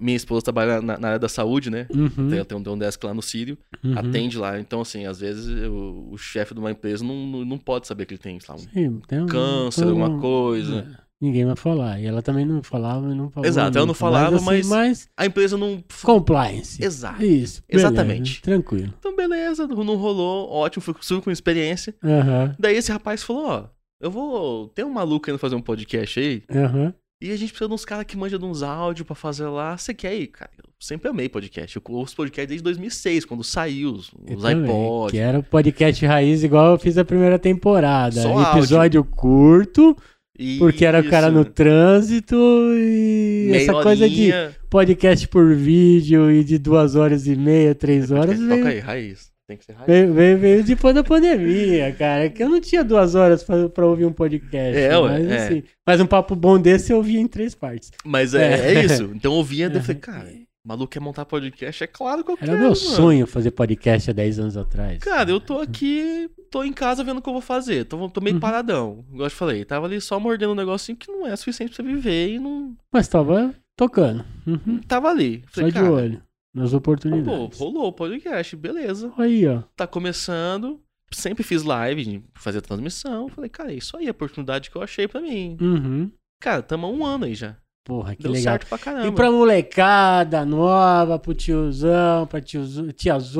S2: minha esposa trabalha na, na área da saúde, né?
S1: Uhum,
S2: Tem, tem um- tem um desk lá no Sírio,
S1: uhum.
S2: atende lá. Então, assim, às vezes o, o chefe de uma empresa não, não, não pode saber que ele tem, sei lá, um
S1: Sim, tem um-
S2: câncer,
S1: todo
S2: alguma
S1: mundo-
S2: coisa.
S1: É, Ninguém vai falar. E ela também não falava, não falava.
S2: Exato, ela não falava, mas-
S1: assim, mas
S2: A empresa não.
S1: compliance. É
S2: Exato.
S1: Isso. beleza,
S2: Exatamente.
S1: Tranquilo.
S2: Então, beleza, não rolou, ótimo, fui, fui com experiência.
S1: Aham.
S2: Daí esse rapaz falou: Ó, eu vou. Tem um maluco querendo fazer um podcast aí.
S1: Aham.
S2: E a gente precisa de uns caras que manjam de uns áudios pra fazer lá. Você quer ir? Cara, eu sempre amei podcast. Eu ouço podcast desde 2006, quando saiu os,
S1: Eu
S2: os
S1: também,
S2: iPods.
S1: Que é era o podcast raiz, igual eu fiz a primeira temporada.
S2: Só
S1: Episódio curto,
S2: E
S1: porque era o cara
S2: isso,
S1: no trânsito e
S2: meia
S1: essa coisa de
S2: horinha.
S1: podcast por vídeo e de duas horas e meia, três horas.
S2: Toca
S1: Veio,
S2: aí, raiz. Tem que ser raiz.
S1: veio, veio- veio depois da pandemia, cara. Que eu não tinha duas horas pra, pra ouvir um podcast.
S2: É, ué,
S1: mas,
S2: é.
S1: assim, mas um papo bom desse eu ouvia em três partes.
S2: Mas é,
S1: É.
S2: é isso. Então eu ouvia e
S1: Aham.
S2: falei, cara, o maluco quer montar podcast? É claro que eu
S1: Era
S2: quero.
S1: meu
S2: mano.
S1: sonho fazer podcast há 10 anos atrás.
S2: Cara, eu tô aqui, tô em casa vendo o que eu vou fazer. Tô, tô meio
S1: Uhum.
S2: paradão. Igual eu te falei, tava ali só mordendo um negocinho que não é suficiente pra você viver e não.
S1: Mas tava tocando. Uhum.
S2: Tava ali.
S1: Só
S2: Falei,
S1: de
S2: cara, tá
S1: olho. né, Nas
S2: Pô,
S1: oportunidades.
S2: rolou o podcast, beleza.
S1: Aí, ó.
S2: tá começando. Sempre fiz live, de fazer transmissão. Falei, cara, é isso aí, a oportunidade que eu achei pra mim.
S1: Uhum.
S2: Cara, tamo há um ano aí já.
S1: Porra, que
S2: Deu
S1: legal.
S2: certo pra caramba.
S1: E pra molecada nova, pro tiozão, pra tiozo-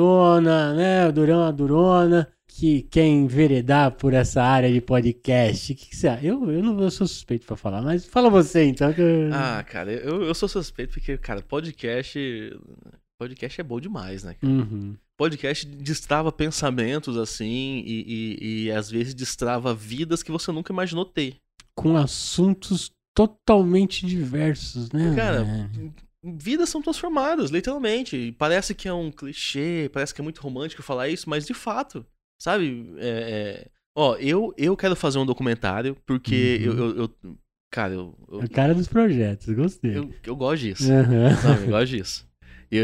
S1: tiazona, né? O Durão, a Durona, que quer enveredar por essa área de podcast. O que, que você acha? Eu, eu não eu sou suspeito pra falar, mas fala você então. Que eu...
S2: Ah, cara, eu, eu sou suspeito porque, cara, podcast. Podcast é bom demais, né?
S1: Uhum.
S2: Podcast destrava pensamentos, assim, e, e- e às vezes destrava vidas que você nunca imaginou ter.
S1: Com assuntos totalmente diversos, né?
S2: Cara,
S1: velho?
S2: Vidas são transformadas, literalmente. E Parece que é um clichê, parece que é muito romântico falar isso, mas de fato, sabe? É, é- Ó, eu, eu quero fazer um documentário porque
S1: Uhum.
S2: eu, eu, eu- Cara, eu, eu,
S1: É o cara dos projetos, gostei.
S2: eu, eu gosto disso.
S1: Aham.
S2: Sabe? Eu gosto disso. E-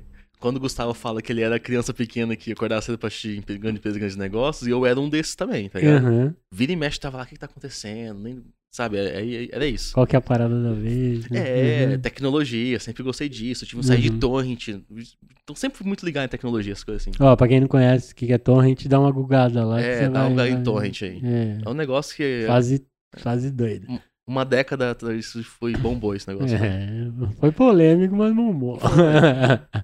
S2: e- quando o Gustavo fala que ele era criança pequena que acordava cedo pra assistir em grande empresa, grandes negócios, e eu era um desses também, tá ligado?
S1: Aham.
S2: Vira e mexe, tava lá, o que, que tá acontecendo? Nem, sabe? é- é- Era isso.
S1: Qual que é a parada da vez?
S2: É,
S1: Uhum.
S2: tecnologia, sempre gostei disso. Tive um site
S1: Uhum.
S2: de torrent. Então sempre fui muito ligado em tecnologia, essas coisas assim.
S1: Ó, pra quem não conhece o que que é torrent, dá uma gugada lá. que
S2: é,
S1: você
S2: dá
S1: vai-
S2: um lugar
S1: vai-
S2: em torrent aí.
S1: É,
S2: É um negócio que
S1: fase, fase doida.
S2: uma década atrás isso foi bombou esse negócio.
S1: É, foi polêmico, mas bombou.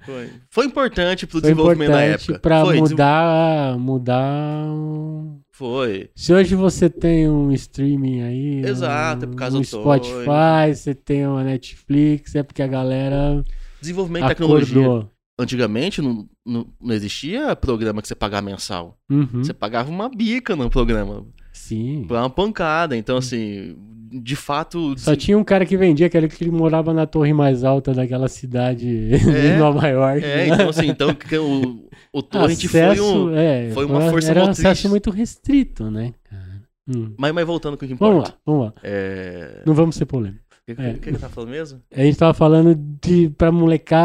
S2: Foi, foi importante pro
S1: Foi
S2: um desenvolvimento da
S1: importante
S2: época.
S1: pra
S2: foi, desen-
S1: mudar, mudar o-
S2: foi.
S1: Se hoje você tem um streaming aí,
S2: Exato,
S1: um,
S2: é por causa
S1: um
S2: do
S1: Spotify, você tem uma Netflix, é porque a galera
S2: Desenvolvimento de tecnologia.
S1: acordou.
S2: Antigamente não, não, não existia programa que você pagava mensal.
S1: Uhum,
S2: Você pagava uma bica no programa.
S1: Sim.
S2: Foi uma pancada. Então, assim, de fato.
S1: Só tinha um cara que vendia, que era que ele morava na torre mais alta daquela cidade de Nova York.
S2: É,
S1: né?
S2: então assim, então que o, o Torrent foi um.
S1: é,
S2: foi uma força
S1: era um
S2: motriz.
S1: acesso muito restrito, né, cara? Hum.
S2: Mas, mas voltando com o que importa.
S1: Vamos lá, vamos lá.
S2: É...
S1: Não vamos ser polêmico.
S2: O que,
S1: É.
S2: que, que eu tava falando mesmo?
S1: A gente tava falando de pra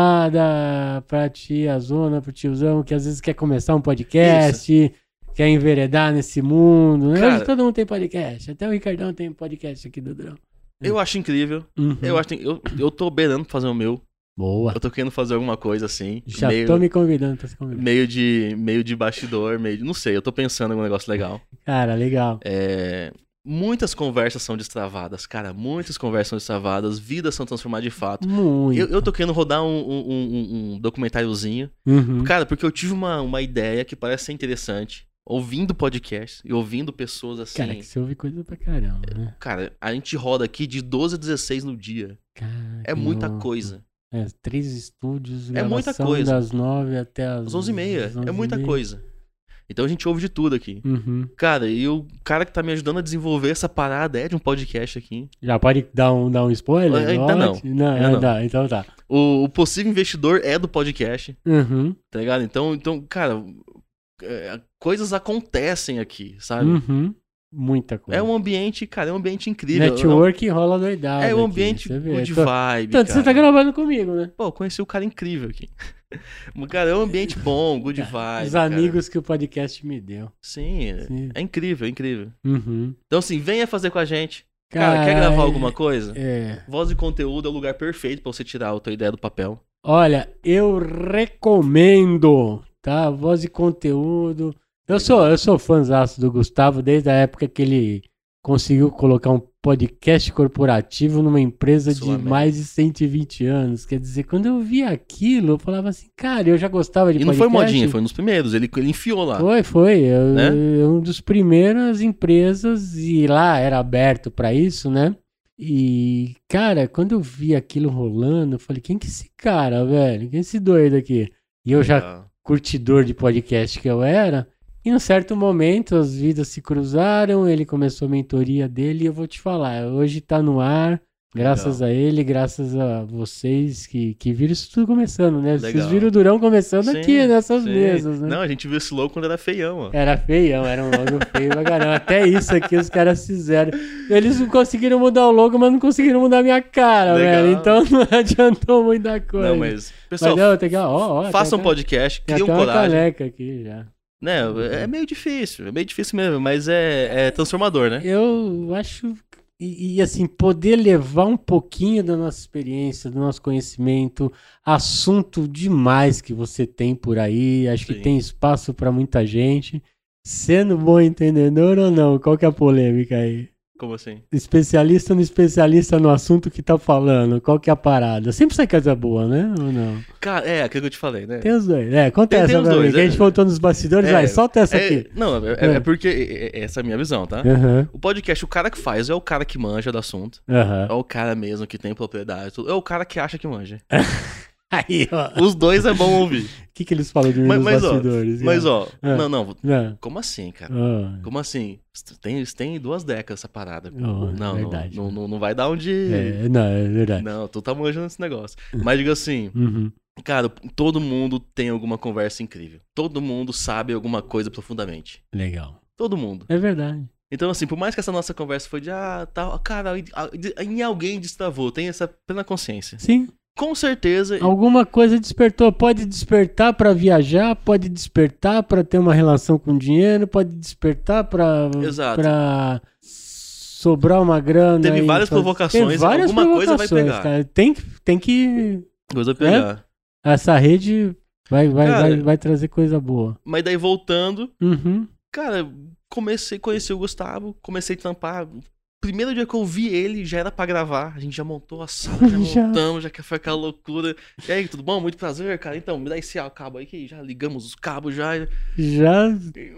S1: molecada, pra tia zona, pro tiozão, que às vezes quer começar um podcast, quer enveredar nesse mundo. Né?
S2: Cara-
S1: Hoje todo mundo tem podcast. Até o Ricardão tem podcast aqui do Drão.
S2: Eu acho incrível.
S1: Uhum.
S2: Eu acho. Eu, eu tô beirando pra fazer o meu.
S1: Boa.
S2: Eu tô querendo fazer alguma coisa assim.
S1: Já
S2: meio,
S1: tô me convidando pra se convidar.
S2: meio de meio de bastidor, meio de. Não sei, eu tô pensando em algum negócio legal.
S1: Cara, legal.
S2: É, Muitas conversas são destravadas, cara. Muitas conversas são destravadas, vidas são transformadas de fato.
S1: Muito.
S2: Eu, eu tô querendo rodar um, um, um- um documentáriozinho.
S1: Uhum.
S2: Cara, porque eu tive uma, uma ideia que parece ser interessante. Ouvindo podcast e ouvindo pessoas assim.
S1: Cara, que você ouve coisa pra caramba, né?
S2: Cara, a gente roda aqui de 12 a 16 no dia.
S1: Cara,
S2: É
S1: que
S2: muita
S1: louco.
S2: coisa.
S1: É, três estúdios,
S2: É muita
S1: gravação
S2: coisa.
S1: das nove até as
S2: Às 11 e meia.
S1: às
S2: É
S1: 11h30.
S2: muita coisa. Então a gente ouve de tudo aqui.
S1: Uhum.
S2: Cara, e o cara que tá me ajudando a desenvolver essa parada é de um podcast aqui.
S1: Já pode dar um, dar um spoiler?
S2: Ainda não.
S1: Ótimo. Não,
S2: Ainda
S1: ainda, então tá.
S2: O, o possível investidor é do podcast,
S1: Uhum.
S2: tá ligado? Então, então cara, é, coisas acontecem aqui, sabe?
S1: Uhum. Muita coisa.
S2: É um ambiente, cara, é um ambiente incrível.
S1: network rola doidado.
S2: É um
S1: aqui,
S2: ambiente
S1: você vê.
S2: good
S1: Tô-
S2: vibe.
S1: Tanto você
S2: cara.
S1: tá gravando comigo, né?
S2: Pô, eu conheci um cara incrível aqui. Cara, é um ambiente bom, good vibe.
S1: É, Os
S2: cara.
S1: amigos que o podcast me deu.
S2: Sim, é-
S1: Sim.
S2: é incrível, é incrível.
S1: Uhum.
S2: Então, assim, venha fazer com a gente. Cara, quer gravar alguma coisa?
S1: É.
S2: Voz e conteúdo é o lugar perfeito pra você tirar a tua ideia do papel.
S1: Olha, eu recomendo, tá? Voz e conteúdo. Eu sou, eu sou fãzaço do Gustavo desde a época que ele conseguiu colocar um podcast corporativo numa empresa de
S2: Sul-América.
S1: mais de 120 anos. Quer dizer, quando eu vi aquilo, eu falava assim, cara, eu já gostava de
S2: E não
S1: podcast.
S2: foi modinha, foi nos primeiros. Ele, ele enfiou lá.
S1: Foi, foi. Eu,
S2: Ah. Né?
S1: eu- um dos primeiras empresas e lá era aberto pra isso, né? E, cara, quando eu vi aquilo rolando, eu falei, quem que é esse cara, velho? Quem é esse doido aqui? E eu já
S2: Ah,
S1: curtidor de podcast que eu era, em um certo momento as vidas se cruzaram, ele começou a mentoria dele e eu vou te falar, hoje tá no ar, graças a ele, graças a vocês que, que viram isso tudo começando, né? Vocês
S2: Legal.
S1: viram o Durão começando
S2: Sim,
S1: aqui, nessas
S2: sim.
S1: mesas, né? É,
S2: Não, a gente viu esse louco quando era feião, ó.
S1: Era feião, era um logo feio pra caramba. Até isso aqui os caras fizeram. Eles não conseguiram mudar o logo, mas não conseguiram mudar a minha cara,
S2: Legal.
S1: velho. Então não adiantou muita coisa.
S2: não, mas.
S1: Mas
S2: Pessoal,
S1: não, tem que, ó, ó,
S2: faça
S1: tem
S2: um
S1: até-
S2: podcast,
S1: Tem
S2: cria
S1: até
S2: um
S1: uma
S2: coragem.
S1: caneca aqui já.
S2: Né, é meio difícil, é meio difícil mesmo, mas é, é transformador, né?
S1: Eu acho. E, e, assim, poder levar um pouquinho da nossa experiência, do nosso conhecimento, assunto demais que você tem por aí, acho que
S2: Sim.
S1: tem espaço para muita gente. Sendo bom entendedor ou não, qual que é a polêmica aí?
S2: Como assim?
S1: Especialista no especialista no assunto que tá falando, qual que é a parada? Sempre sai coisa boa, né? Ou não?
S2: Cara, é aquilo que eu te falei, né?
S1: Tem os dois. É, conta
S2: Tem-
S1: essa
S2: tem os
S1: pra mim,
S2: dois,
S1: que a
S2: é.
S1: gente voltou nos bastidores,
S2: É,
S1: vai, solta essa
S2: É-
S1: aqui.
S2: não, é, é-
S1: É.
S2: é porque é- é- essa é a minha visão, tá?
S1: Aham,
S2: O podcast, o cara que faz é o cara que manja do assunto.
S1: aham.
S2: É o cara mesmo que tem propriedade. tudo. É o cara que acha que manja.
S1: Aí, ó.
S2: Os dois é bom ouvir.
S1: O que, que eles falam de mim
S2: Mas-
S1: nos
S2: mas, ó,
S1: bastidores?
S2: Mas, ó,
S1: É.
S2: não, não.
S1: Não.
S2: Como assim, cara?
S1: Ah,
S2: Como assim? Tem, tem duas décadas essa parada.
S1: Não, é
S2: não,
S1: verdade.
S2: não, não, não vai dar onde.
S1: é, não, é verdade. Hum.
S2: Não, tu tá manjando esse negócio. Mas diga assim,
S1: Uhum.
S2: cara, todo mundo tem alguma conversa incrível. Todo mundo sabe alguma coisa profundamente.
S1: Legal.
S2: Todo mundo.
S1: É verdade.
S2: Então, assim, por mais que essa nossa conversa foi de, ah, tal, cara, a- em alguém destravou, tem essa plena consciência.
S1: Sim,
S2: Com certeza,
S1: alguma coisa despertou. Pode despertar pra viajar, pode despertar pra ter uma relação com dinheiro, pode despertar pra
S2: Exato.
S1: pra sobrar uma grana.
S2: Teve
S1: e
S2: várias
S1: fazer-
S2: provocações,
S1: Tem várias
S2: alguma coisa vai
S1: provocações,
S2: pegar.
S1: cara. Tem que, tem que
S2: coisa a pegar.
S1: essa rede vai vai,
S2: Cara-
S1: vai vai trazer coisa boa.
S2: Mas daí voltando,
S1: Uhum.
S2: cara, comecei a conhecer o Gustavo, comecei a tampar. O Primeiro dia que eu vi ele, já era pra gravar. A gente já montou a sala, já,
S1: Já.
S2: montamos, já que foi aquela loucura. E aí, tudo bom? Muito prazer, cara. Então, me dá esse cabo aí que já ligamos os cabos já.
S1: Já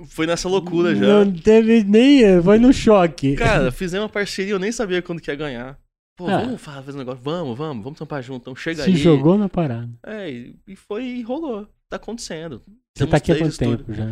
S2: Foi nessa loucura já.
S1: não teve nem foi no choque.
S2: Cara, fizemos uma parceria, eu nem sabia quando que ia ganhar. Pô,
S1: Ah.
S2: vamos fa- fazer um negócio, vamos, vamos, vamos tampar junto, então chega
S1: Se
S2: aí.
S1: jogou na parada.
S2: É, e e foi e rolou. Tá acontecendo.
S1: Você
S2: Temos
S1: tá aqui há
S2: três
S1: quanto tempo
S2: estúdios.
S1: já?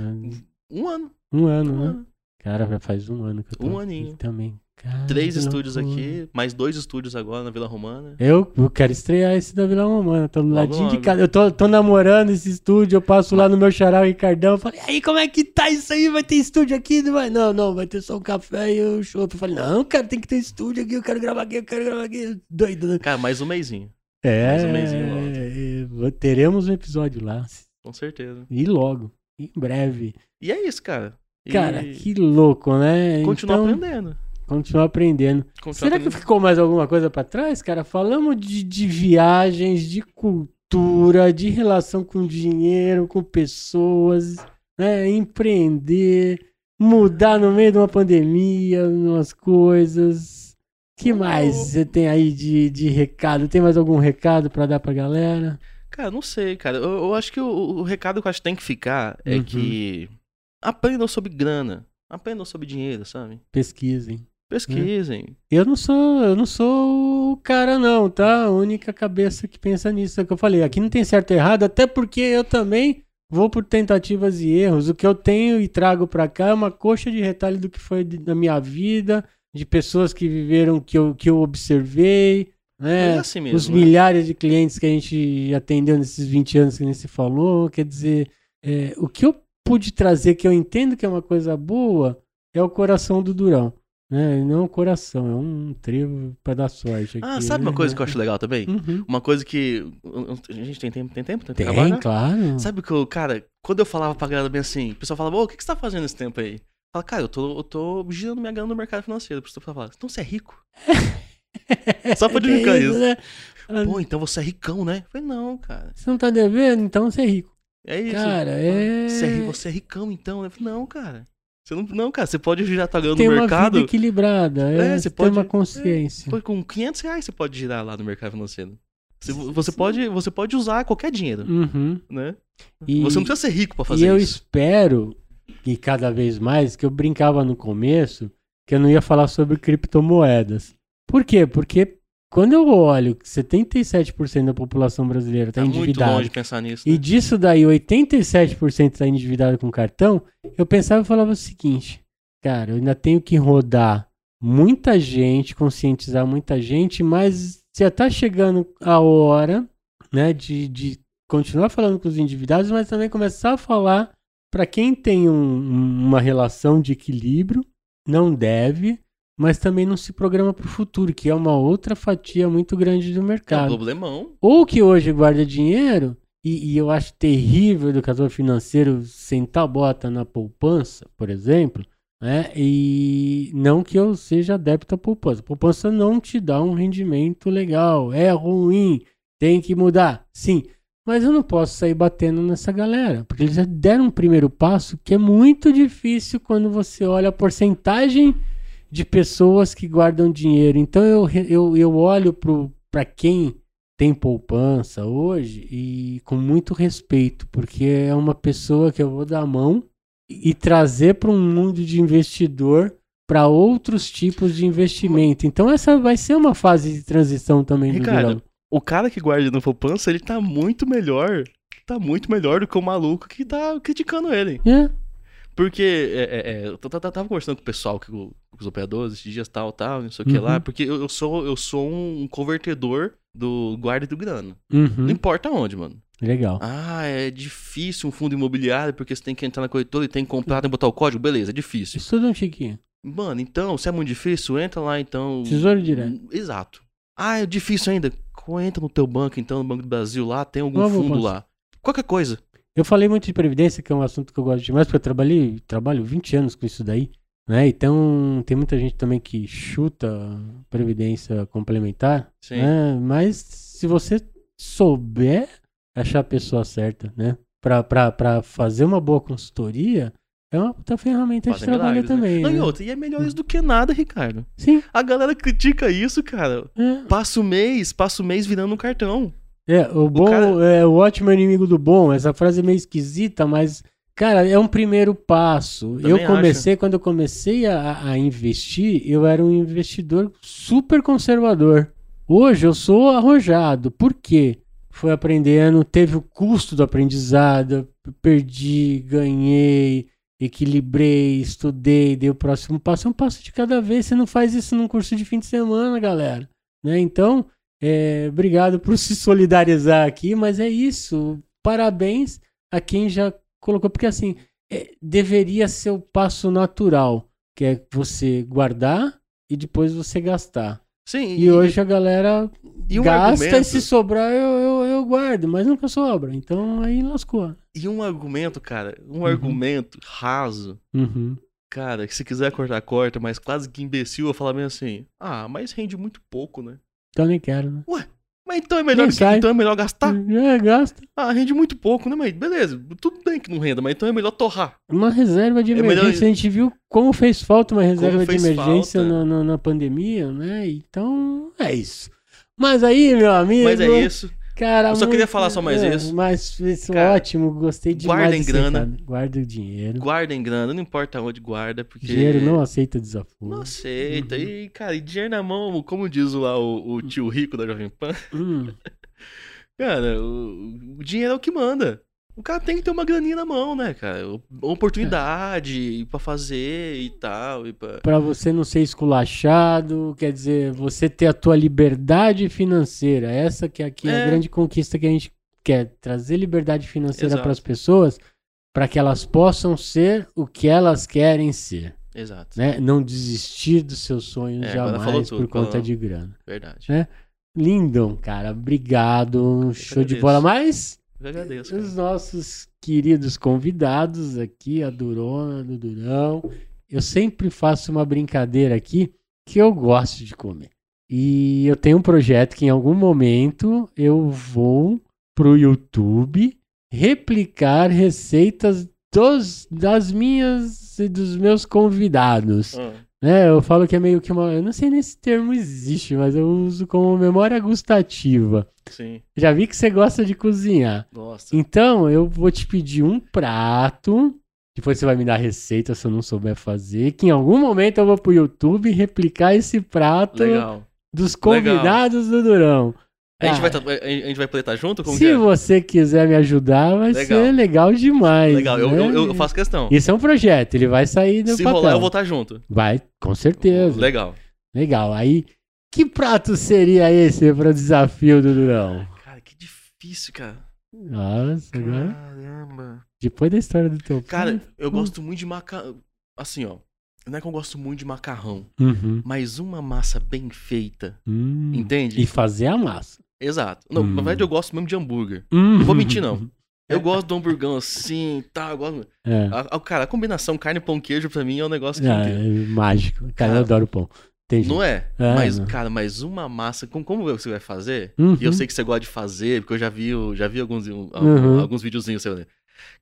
S2: Um ano,
S1: Um ano,
S2: um
S1: né?
S2: ano.
S1: Cara, já faz um ano que eu tô
S2: Um
S1: aqui
S2: aninho.
S1: também. Cara,
S2: Três
S1: que
S2: estúdios
S1: loucura.
S2: aqui, mais dois estúdios agora na Vila Romana.
S1: Eu, eu quero estrear esse da Vila Romana. Tô do
S2: Logo,
S1: ladinho de
S2: logo.
S1: casa. Eu tô, tô namorando esse estúdio. Eu passo lá no meu xará, o Ricardão. Eu falei, "E aí, como é que tá isso aí? Vai ter estúdio aqui? Não, vai? não, não, vai ter só um café e um chopp. Eu falei, não, cara, tem que ter estúdio aqui. Eu quero gravar aqui, eu quero gravar aqui. Doido, né?
S2: Cara, mais um mêsinho,
S1: É,
S2: Mais um mesinho logo.
S1: é, é, teremos um episódio lá.
S2: com certeza.
S1: E logo, em breve.
S2: E é isso, cara. E
S1: Cara, que louco, né?
S2: Continua
S1: Então,
S2: aprendendo.
S1: Continua aprendendo.
S2: Continua
S1: Será que
S2: aprendendo.
S1: ficou mais alguma coisa pra trás, cara? Falamos de, de viagens, de cultura, de relação com dinheiro, com pessoas, né? Empreender, mudar no meio de uma pandemia, umas coisas. que mais você tem aí de, de recado? Tem mais algum recado pra dar pra galera?
S2: Cara, não sei, cara. Eu, eu acho que o, o recado que eu acho que tem que ficar é
S1: Uhum.
S2: que aprendam sobre grana. Aprendam sobre dinheiro, sabe?
S1: Pesquisem.
S2: Pesquisem.
S1: Eu não sou, eu não sou o cara não, tá? A única cabeça que pensa nisso é o que eu falei. Aqui não tem certo e errado, até porque eu também vou por tentativas e erros. O que eu tenho e trago pra cá é uma coxa de retalho do que foi de- da minha vida, de pessoas que viveram que eu, que eu observei,
S2: Mas
S1: né?
S2: é assim mesmo.
S1: Os
S2: né?
S1: milhares de clientes que a gente atendeu nesses 20 anos que nem se falou, quer dizer, é, o que eu pude trazer, que eu entendo que é uma coisa boa, é o coração do Durão. Né? E Não o coração, é um trevo pra dar sorte.
S2: Ah,
S1: aqui,
S2: sabe
S1: né?
S2: uma coisa que eu acho legal também?
S1: Uhum.
S2: Uma coisa que. um, A gente tem tempo, tem tempo? Tem,
S1: Tem,
S2: tempo pra acabar, né?
S1: claro.
S2: Sabe que eu, cara, quando eu falava pra galera bem assim, o pessoal falava, ô, o que, que você tá fazendo esse tempo aí? Fala, cara, eu tô, eu tô girando minha grana no mercado financeiro. O pessoal fala, então você é rico? Só pra
S1: Que
S2: identificar isso.
S1: né?
S2: Pô, então você é ricão, né? Eu falei, não, cara.
S1: Você não tá devendo, então você é rico.
S2: É isso.
S1: Cara, é.
S2: Você é, ri- você é ricão, então? Eu falei, não, cara. Você não, não, cara, você pode girar tua grana
S1: tem
S2: no
S1: uma
S2: mercado.
S1: vida equilibrada, é,
S2: É,
S1: você
S2: você
S1: tem uma
S2: pode-
S1: consciência.
S2: Pô, com 500 reais você pode girar lá no mercado financeiro. Você,
S1: Sim,
S2: É, você,
S1: sim.
S2: pode, você pode usar qualquer dinheiro,
S1: Uhum.
S2: né?
S1: E-
S2: Você não precisa ser rico pra
S1: E
S2: fazer
S1: eu
S2: isso.
S1: espero que cada vez mais, que eu brincava no começo, que eu não ia falar sobre criptomoedas. Por quê? Porque quando eu olho que 77% da população brasileira está
S2: Tá muito
S1: endividada
S2: longe de pensar nisso.
S1: e
S2: Né?
S1: disso daí 87% está tá endividado com cartão, eu pensava e falava o seguinte, cara, eu ainda tenho que rodar muita gente, conscientizar muita gente, mas já tá chegando a hora, né, de, de continuar falando com os endividados, mas também começar a falar para quem tem um- um- uma relação de equilíbrio, não deve, mas também não se programa para o futuro, que é uma outra fatia muito grande do
S2: É um
S1: mercado
S2: problemão.
S1: ou que hoje guarda dinheiro, e, e eu acho terrível o educador financeiro sentar a bota na poupança, por exemplo, né? e não que eu seja adepto à poupança. Poupança não te dá um rendimento legal, é ruim, tem que mudar, sim. Mas eu não posso sair batendo nessa galera, porque eles já deram um primeiro passo que é muito difícil quando você olha a porcentagem de pessoas que guardam dinheiro. Então eu, re- eu, eu olho para quem tem poupança hoje e com muito respeito, porque é uma pessoa que eu vou dar a mão e trazer para um mundo de investidor para outros tipos de investimento. Então essa vai ser uma fase de transição também do
S2: Ricardo,
S1: Durão.
S2: O cara que guarda na poupança, ele tá muito melhor. Tá muito melhor do que o maluco que tá criticando ele.
S1: É,
S2: Porque é, é, é, eu t- t- t- tava conversando com o pessoal, que o- com os operadores, esses dias tal, tal, não sei o que
S1: Uhum.
S2: lá. Porque eu, eu sou, eu sou um convertedor do guarda e do grana. Não
S1: uhum,
S2: importa onde, mano.
S1: legal.
S2: Ah, é difícil um fundo imobiliário porque você tem que entrar na corretora e tem que comprar, tem que botar o código. Beleza, é difícil.
S1: Estuda um chiquinho.
S2: Mano, então, se é muito difícil, entra lá então.
S1: Tesouro Direto.
S2: Exato. Ah, é difícil ainda. Co- Entra no teu banco, então, no Banco do Brasil, lá tem algum
S1: Vamos,
S2: fundo
S1: vamos.
S2: lá. Qualquer coisa.
S1: Eu falei muito de previdência, que é um assunto que eu gosto demais, porque eu trabalhei, trabalho 20 anos com isso daí, né? Então, tem muita gente também que chuta previdência complementar,
S2: Sim.
S1: né? Mas se você souber achar a pessoa certa, né? Pra, pra, pra fazer uma boa consultoria, é uma puta ferramenta de
S2: Fazem
S1: trabalho
S2: milagres, né?
S1: também,
S2: Não, e
S1: né?
S2: outra, e é melhor isso do que nada, Ricardo.
S1: Sim,
S2: A galera critica isso, cara.
S1: é.
S2: Passa o mês, passa o mês virando um cartão.
S1: É, o bom
S2: cara-
S1: é o ótimo é inimigo do bom. Essa frase é meio esquisita, mas, cara, é um primeiro passo.
S2: Também
S1: eu comecei, quando eu comecei a, a investir, eu era um investidor super conservador. Hoje eu sou arrojado. Por quê? Foi aprendendo, teve o custo do aprendizado, perdi, ganhei, equilibrei, estudei, dei o próximo passo, é um passo de cada vez. Você não faz isso num curso de fim de semana, galera. Né? Então, é, obrigado por se solidarizar aqui, mas é isso. Parabéns a quem já colocou, porque assim, é, deveria ser o passo natural, que é você guardar e depois você gastar.
S2: Sim,
S1: E, hoje a galera
S2: e um
S1: gasta e
S2: argumento-
S1: se sobrar eu, eu, eu guardo, mas nunca sobra. Então aí lascou.
S2: E um argumento, cara, um
S1: Uhum.
S2: argumento raso,
S1: Uhum.
S2: cara, que se quiser cortar, corta, mas quase que imbecil eu falar mesmo assim, ah, mas rende muito pouco, né?
S1: Então nem quero, né?
S2: Mas então é melhor,
S1: Nem
S2: que-
S1: sai.
S2: então é melhor gastar?
S1: É, gasta.
S2: Ah, rende muito pouco, né? Mas beleza, tudo bem que não renda, mas então é melhor torrar.
S1: Uma reserva de
S2: É melhor-
S1: emergência. A gente viu como fez falta uma reserva de
S2: fez
S1: emergência
S2: falta.
S1: na, na, na pandemia, né? Então é isso. Mas aí, meu amigo.
S2: Mas é isso.
S1: Cara,
S2: Eu só
S1: muito-
S2: queria falar só mais
S1: é,
S2: isso.
S1: Mas isso
S2: Cara,
S1: ótimo, gostei demais.
S2: guardem
S1: desse
S2: grana.
S1: recado. Guarda o dinheiro.
S2: Guarda em grana, não importa onde guarda, porque.
S1: Dinheiro não aceita desaforo.
S2: Não aceita.
S1: Uhum.
S2: E, cara, e dinheiro na mão, como diz lá o, o tio rico da Jovem Pan,
S1: Hum,
S2: cara, o, o dinheiro é o que manda. O cara tem que ter uma graninha na mão, né, cara? O- Uma
S1: É.
S2: oportunidade pra fazer e tal. E pra...
S1: pra você não ser esculachado, quer dizer, você ter a tua liberdade financeira. Essa que aqui é, a
S2: É.
S1: grande conquista que a gente quer, trazer liberdade financeira
S2: Exato.
S1: para as pessoas, para que elas possam ser o que elas querem ser,
S2: Exato.
S1: né? Não desistir dos seus sonhos
S2: É, agora falou
S1: jamais
S2: tudo,
S1: por conta
S2: falou.
S1: de grana.
S2: Verdade.
S1: É. Lindão, cara, obrigado, show de
S2: agradeço.
S1: bola. Mas
S2: Eu agradeço. cara.
S1: os nossos queridos convidados aqui, a Durona, do Durão. Eu sempre faço uma brincadeira aqui que eu gosto de comer. E eu tenho um projeto que em algum momento eu vou pro YouTube replicar receitas dos, das minhas e dos meus convidados
S2: Ah,
S1: né? Eu falo que é meio que uma. Eu não sei nem se esse termo existe, mas eu uso como memória gustativa.
S2: sim.
S1: Já vi que você gosta de cozinhar.
S2: Nossa.
S1: Então, eu vou te pedir um prato. Depois você vai me dar a receita se eu não souber fazer. Que em algum momento eu vou pro YouTube replicar esse prato
S2: Legal.
S1: dos convidados do Durão.
S2: A gente, vai,
S1: Cara,
S2: tá- a gente vai poder estar junto? Como que
S1: Se
S2: é?
S1: você quiser me ajudar, vai
S2: Legal.
S1: ser legal demais.
S2: Legal, eu,
S1: né?
S2: eu, eu faço questão.
S1: Isso é um projeto, ele vai sair do
S2: Se
S1: papel.
S2: rolar, eu vou estar junto.
S1: Vai, com certeza.
S2: Legal.
S1: Legal. Aí, que prato seria esse para o desafio do Durão?
S2: Cara, que difícil, cara.
S1: Nossa, agora.
S2: Caramba.
S1: Depois da história do teu
S2: Cara, eu
S1: hum.
S2: gosto muito de macarrão. Assim, ó. Não é que eu gosto muito de macarrão,
S1: Uhum.
S2: mas uma massa bem feita,
S1: Hum.
S2: entende?
S1: E fazer a massa. Uhum.
S2: Exato. Não,
S1: Hum.
S2: na verdade eu gosto mesmo de hambúrguer.
S1: Não
S2: vou mentir, não. Eu gosto do hamburgão assim, tá, eu gosto...
S1: É,
S2: A, a- cara, a combinação carne, pão, queijo pra mim é um negócio que...
S1: Ah, é mágico. Cara, eu
S2: Cara,
S1: adoro pão. Entendi.
S2: Não é?
S1: É,
S2: mas,
S1: não.
S2: cara, mas uma massa, com- como você vai fazer,
S1: Uhum.
S2: e é- eu sei que você gosta de fazer, porque eu já vi, o- já vi alguns, um,
S1: Uhum.
S2: alguns videozinhos seu, né?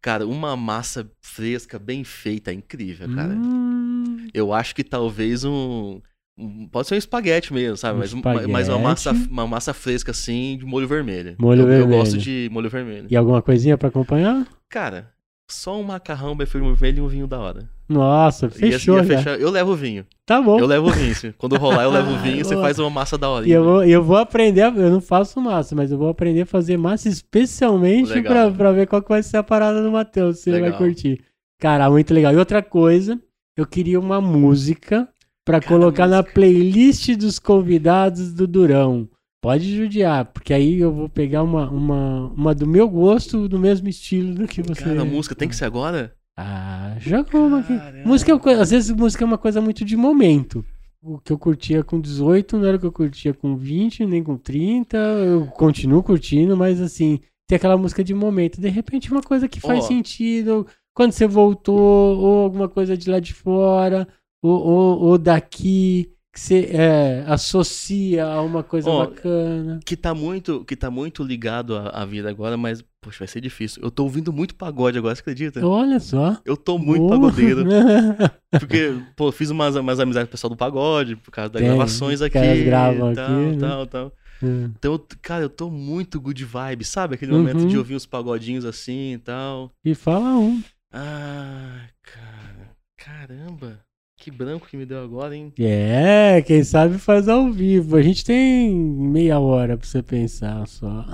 S2: Cara, uma massa fresca, bem feita, é incrível, cara.
S1: Hum,
S2: Eu acho que talvez um, um- Pode ser um espaguete mesmo, sabe?
S1: Um
S2: mas, um- mas uma, massa,
S1: espaguete.
S2: uma massa fresca assim, de molho vermelho.
S1: Molho
S2: eu,
S1: vermelho.
S2: Eu gosto de molho vermelho.
S1: E alguma coisinha pra acompanhar?
S2: Cara, só um macarrão, bem feito molho vermelho e um vinho da hora.
S1: Nossa,
S2: E assim
S1: fechou,
S2: ia
S1: cara.
S2: fechar- Eu levo o vinho.
S1: Tá bom.
S2: Eu levo o vinho. sim. Quando rolar, eu levo o vinho você
S1: Boa.
S2: faz uma massa da hora.
S1: E eu vou, eu vou aprender, a- eu não faço massa, mas eu vou aprender a fazer massa especialmente
S2: Legal.
S1: pra, pra ver qual que vai ser a parada do Matheus. Você vai
S2: Legal.
S1: curtir. Cara, muito legal. E outra coisa, eu queria uma música pra
S2: Cara,
S1: colocar na
S2: música.
S1: playlist dos convidados do Durão. Pode judiar, porque aí eu vou pegar uma, uma, uma do meu gosto, do mesmo estilo do que você.
S2: Cara, a música tem que ser agora?
S1: Ah, joga uma aqui.
S2: Caramba.
S1: Música, é uma coisa- às vezes, música é uma coisa muito de momento. O que eu curtia com 18 não era o que eu curtia com 20, nem com 30. Eu continuo curtindo, mas assim, tem aquela música de momento. De repente, uma coisa que faz
S2: Ó.
S1: sentido. Quando você voltou, ou alguma coisa de lá de fora, ou, ou- ou daqui, que você é, associa a uma coisa
S2: Ó.
S1: bacana.
S2: que tá muito, que tá muito ligado à, à vida agora, mas, poxa, vai ser difícil. Eu tô ouvindo muito pagode agora, você acredita?
S1: Olha só.
S2: Eu tá. tô muito
S1: Boa.
S2: pagodeiro. Porque, pô, fiz umas, umas amizades com o pessoal do pagode, por causa das
S1: Tem,
S2: gravações
S1: os
S2: aqui.
S1: caras gravam
S2: tal,
S1: aqui, né?
S2: tal, tal.
S1: Hum.
S2: Então, eu t- cara, eu tô muito good vibe, sabe? Aquele
S1: Uhum.
S2: momento de ouvir uns pagodinhos assim e tal.
S1: e fala um.
S2: Ah, cara. Caramba. Que branco que me deu agora, hein?
S1: É, quem sabe faz ao vivo. A gente tem meia hora pra você pensar só.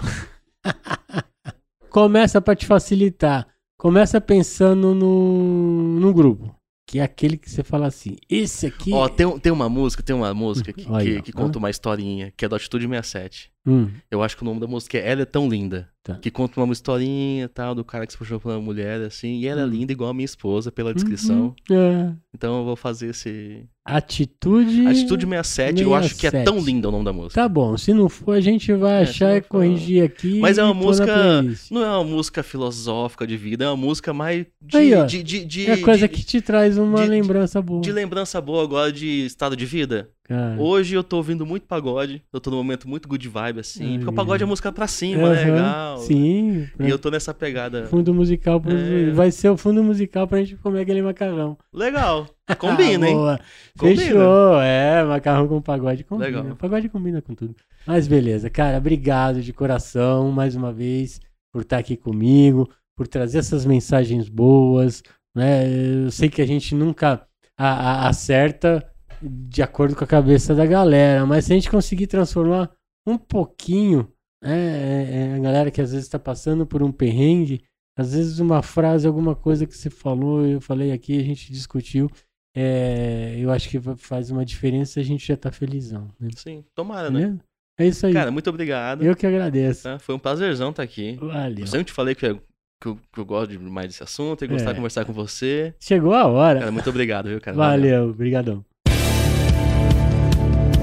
S1: Começa pra te facilitar. Começa pensando no, no grupo. Que é aquele que você fala assim, esse aqui.
S2: Ó, tem, um- tem uma música, tem uma música que,
S1: Olha,
S2: que- que conta uma historinha, que é da Atitude 67.
S1: Hum,
S2: Eu acho que o nome da música é Ela é Tão Linda.
S1: Tá.
S2: Que conta uma historinha e tal, do cara que se puxou pela mulher, assim. E ela é
S1: Uhum.
S2: linda igual a minha esposa, pela descrição.
S1: uhum, é.
S2: Então eu vou fazer esse...
S1: Atitude.
S2: Atitude 67, eu acho que é
S1: 67.
S2: Tão Linda o nome da música.
S1: Tá bom, se não for, a gente vai
S2: É, se
S1: achar
S2: não
S1: e
S2: for.
S1: corrigir aqui.
S2: Mas é uma
S1: e pôr na
S2: música-
S1: playlist.
S2: Não é uma música filosófica de vida, é uma música mais de...
S1: Aí, ó.
S2: de, de, de-
S1: É a coisa
S2: de-
S1: que te traz uma
S2: de-
S1: lembrança boa.
S2: de lembrança boa agora de estado de vida.
S1: cara.
S2: Hoje eu tô ouvindo muito pagode, eu tô num momento muito good vibe, assim,
S1: Ai,
S2: porque o pagode é
S1: meu.
S2: música pra cima,
S1: Aham,
S2: né? Legal.
S1: Sim, pra-
S2: E eu tô nessa pegada.
S1: fundo musical. pro-
S2: É.
S1: Vai ser o fundo musical pra gente comer aquele macarrão.
S2: Legal. Combina,
S1: Ah,
S2: hein?
S1: boa.
S2: Combina.
S1: Fechou, é, macarrão com pagode combina.
S2: Legal.
S1: Pagode combina com tudo. Mas beleza, cara, obrigado de coração mais uma vez por estar aqui comigo, por trazer essas mensagens boas, né? Eu sei que a gente nunca a- a- acerta de acordo com a cabeça da galera, mas se a gente conseguir transformar um pouquinho né, é- é a galera que às vezes está passando por um perrengue, às vezes uma frase, alguma coisa que você falou, eu falei aqui, a gente discutiu, é, eu acho que va- faz uma diferença e a gente já tá felizão. Né?
S2: Sim, tomara, né?
S1: Beleza? É isso aí.
S2: Cara, muito obrigado.
S1: eu que agradeço.
S2: tá? Foi um prazerzão estar aqui.
S1: Valeu.
S2: Eu sempre te falei que eu, que eu, que eu gosto de mais desse assunto e gostar
S1: É.
S2: de conversar com você.
S1: Chegou a hora.
S2: Cara, muito obrigado, viu, cara?
S1: Valeu, obrigadão.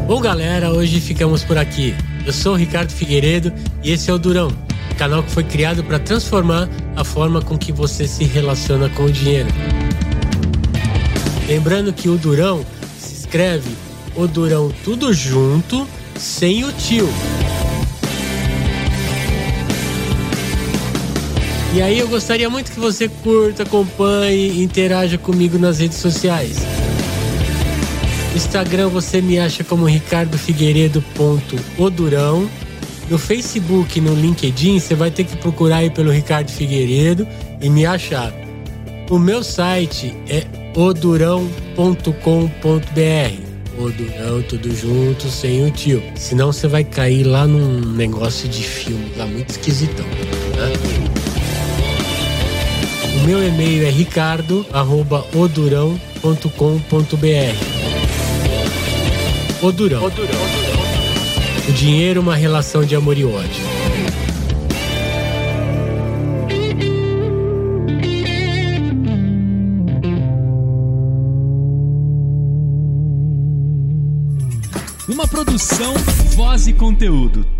S1: Bom, galera, hoje ficamos por aqui. Eu sou o Ricardo Figueiredo e esse é o Durão, canal que foi criado para transformar a forma com que você se relaciona com o dinheiro. Lembrando que o Durão se escreve o Durão tudo junto, sem o tio. E aí eu gostaria muito que você curta, acompanhe e interaja comigo nas redes sociais. No Instagram você me acha como ricardofigueiredo.odurão. No Facebook e no LinkedIn você vai ter que procurar aí pelo Ricardo Figueiredo e me achar. O meu site é odurão.com.br. Odurão, tudo junto, sem o tio. Senão você vai cair lá num negócio de filme lá muito esquisitão. Né? O meu e-mail é ricardo@odurão.com.br. Odurão. O dinheiro é uma relação de amor e ódio.
S3: Uma produção, voz e conteúdo.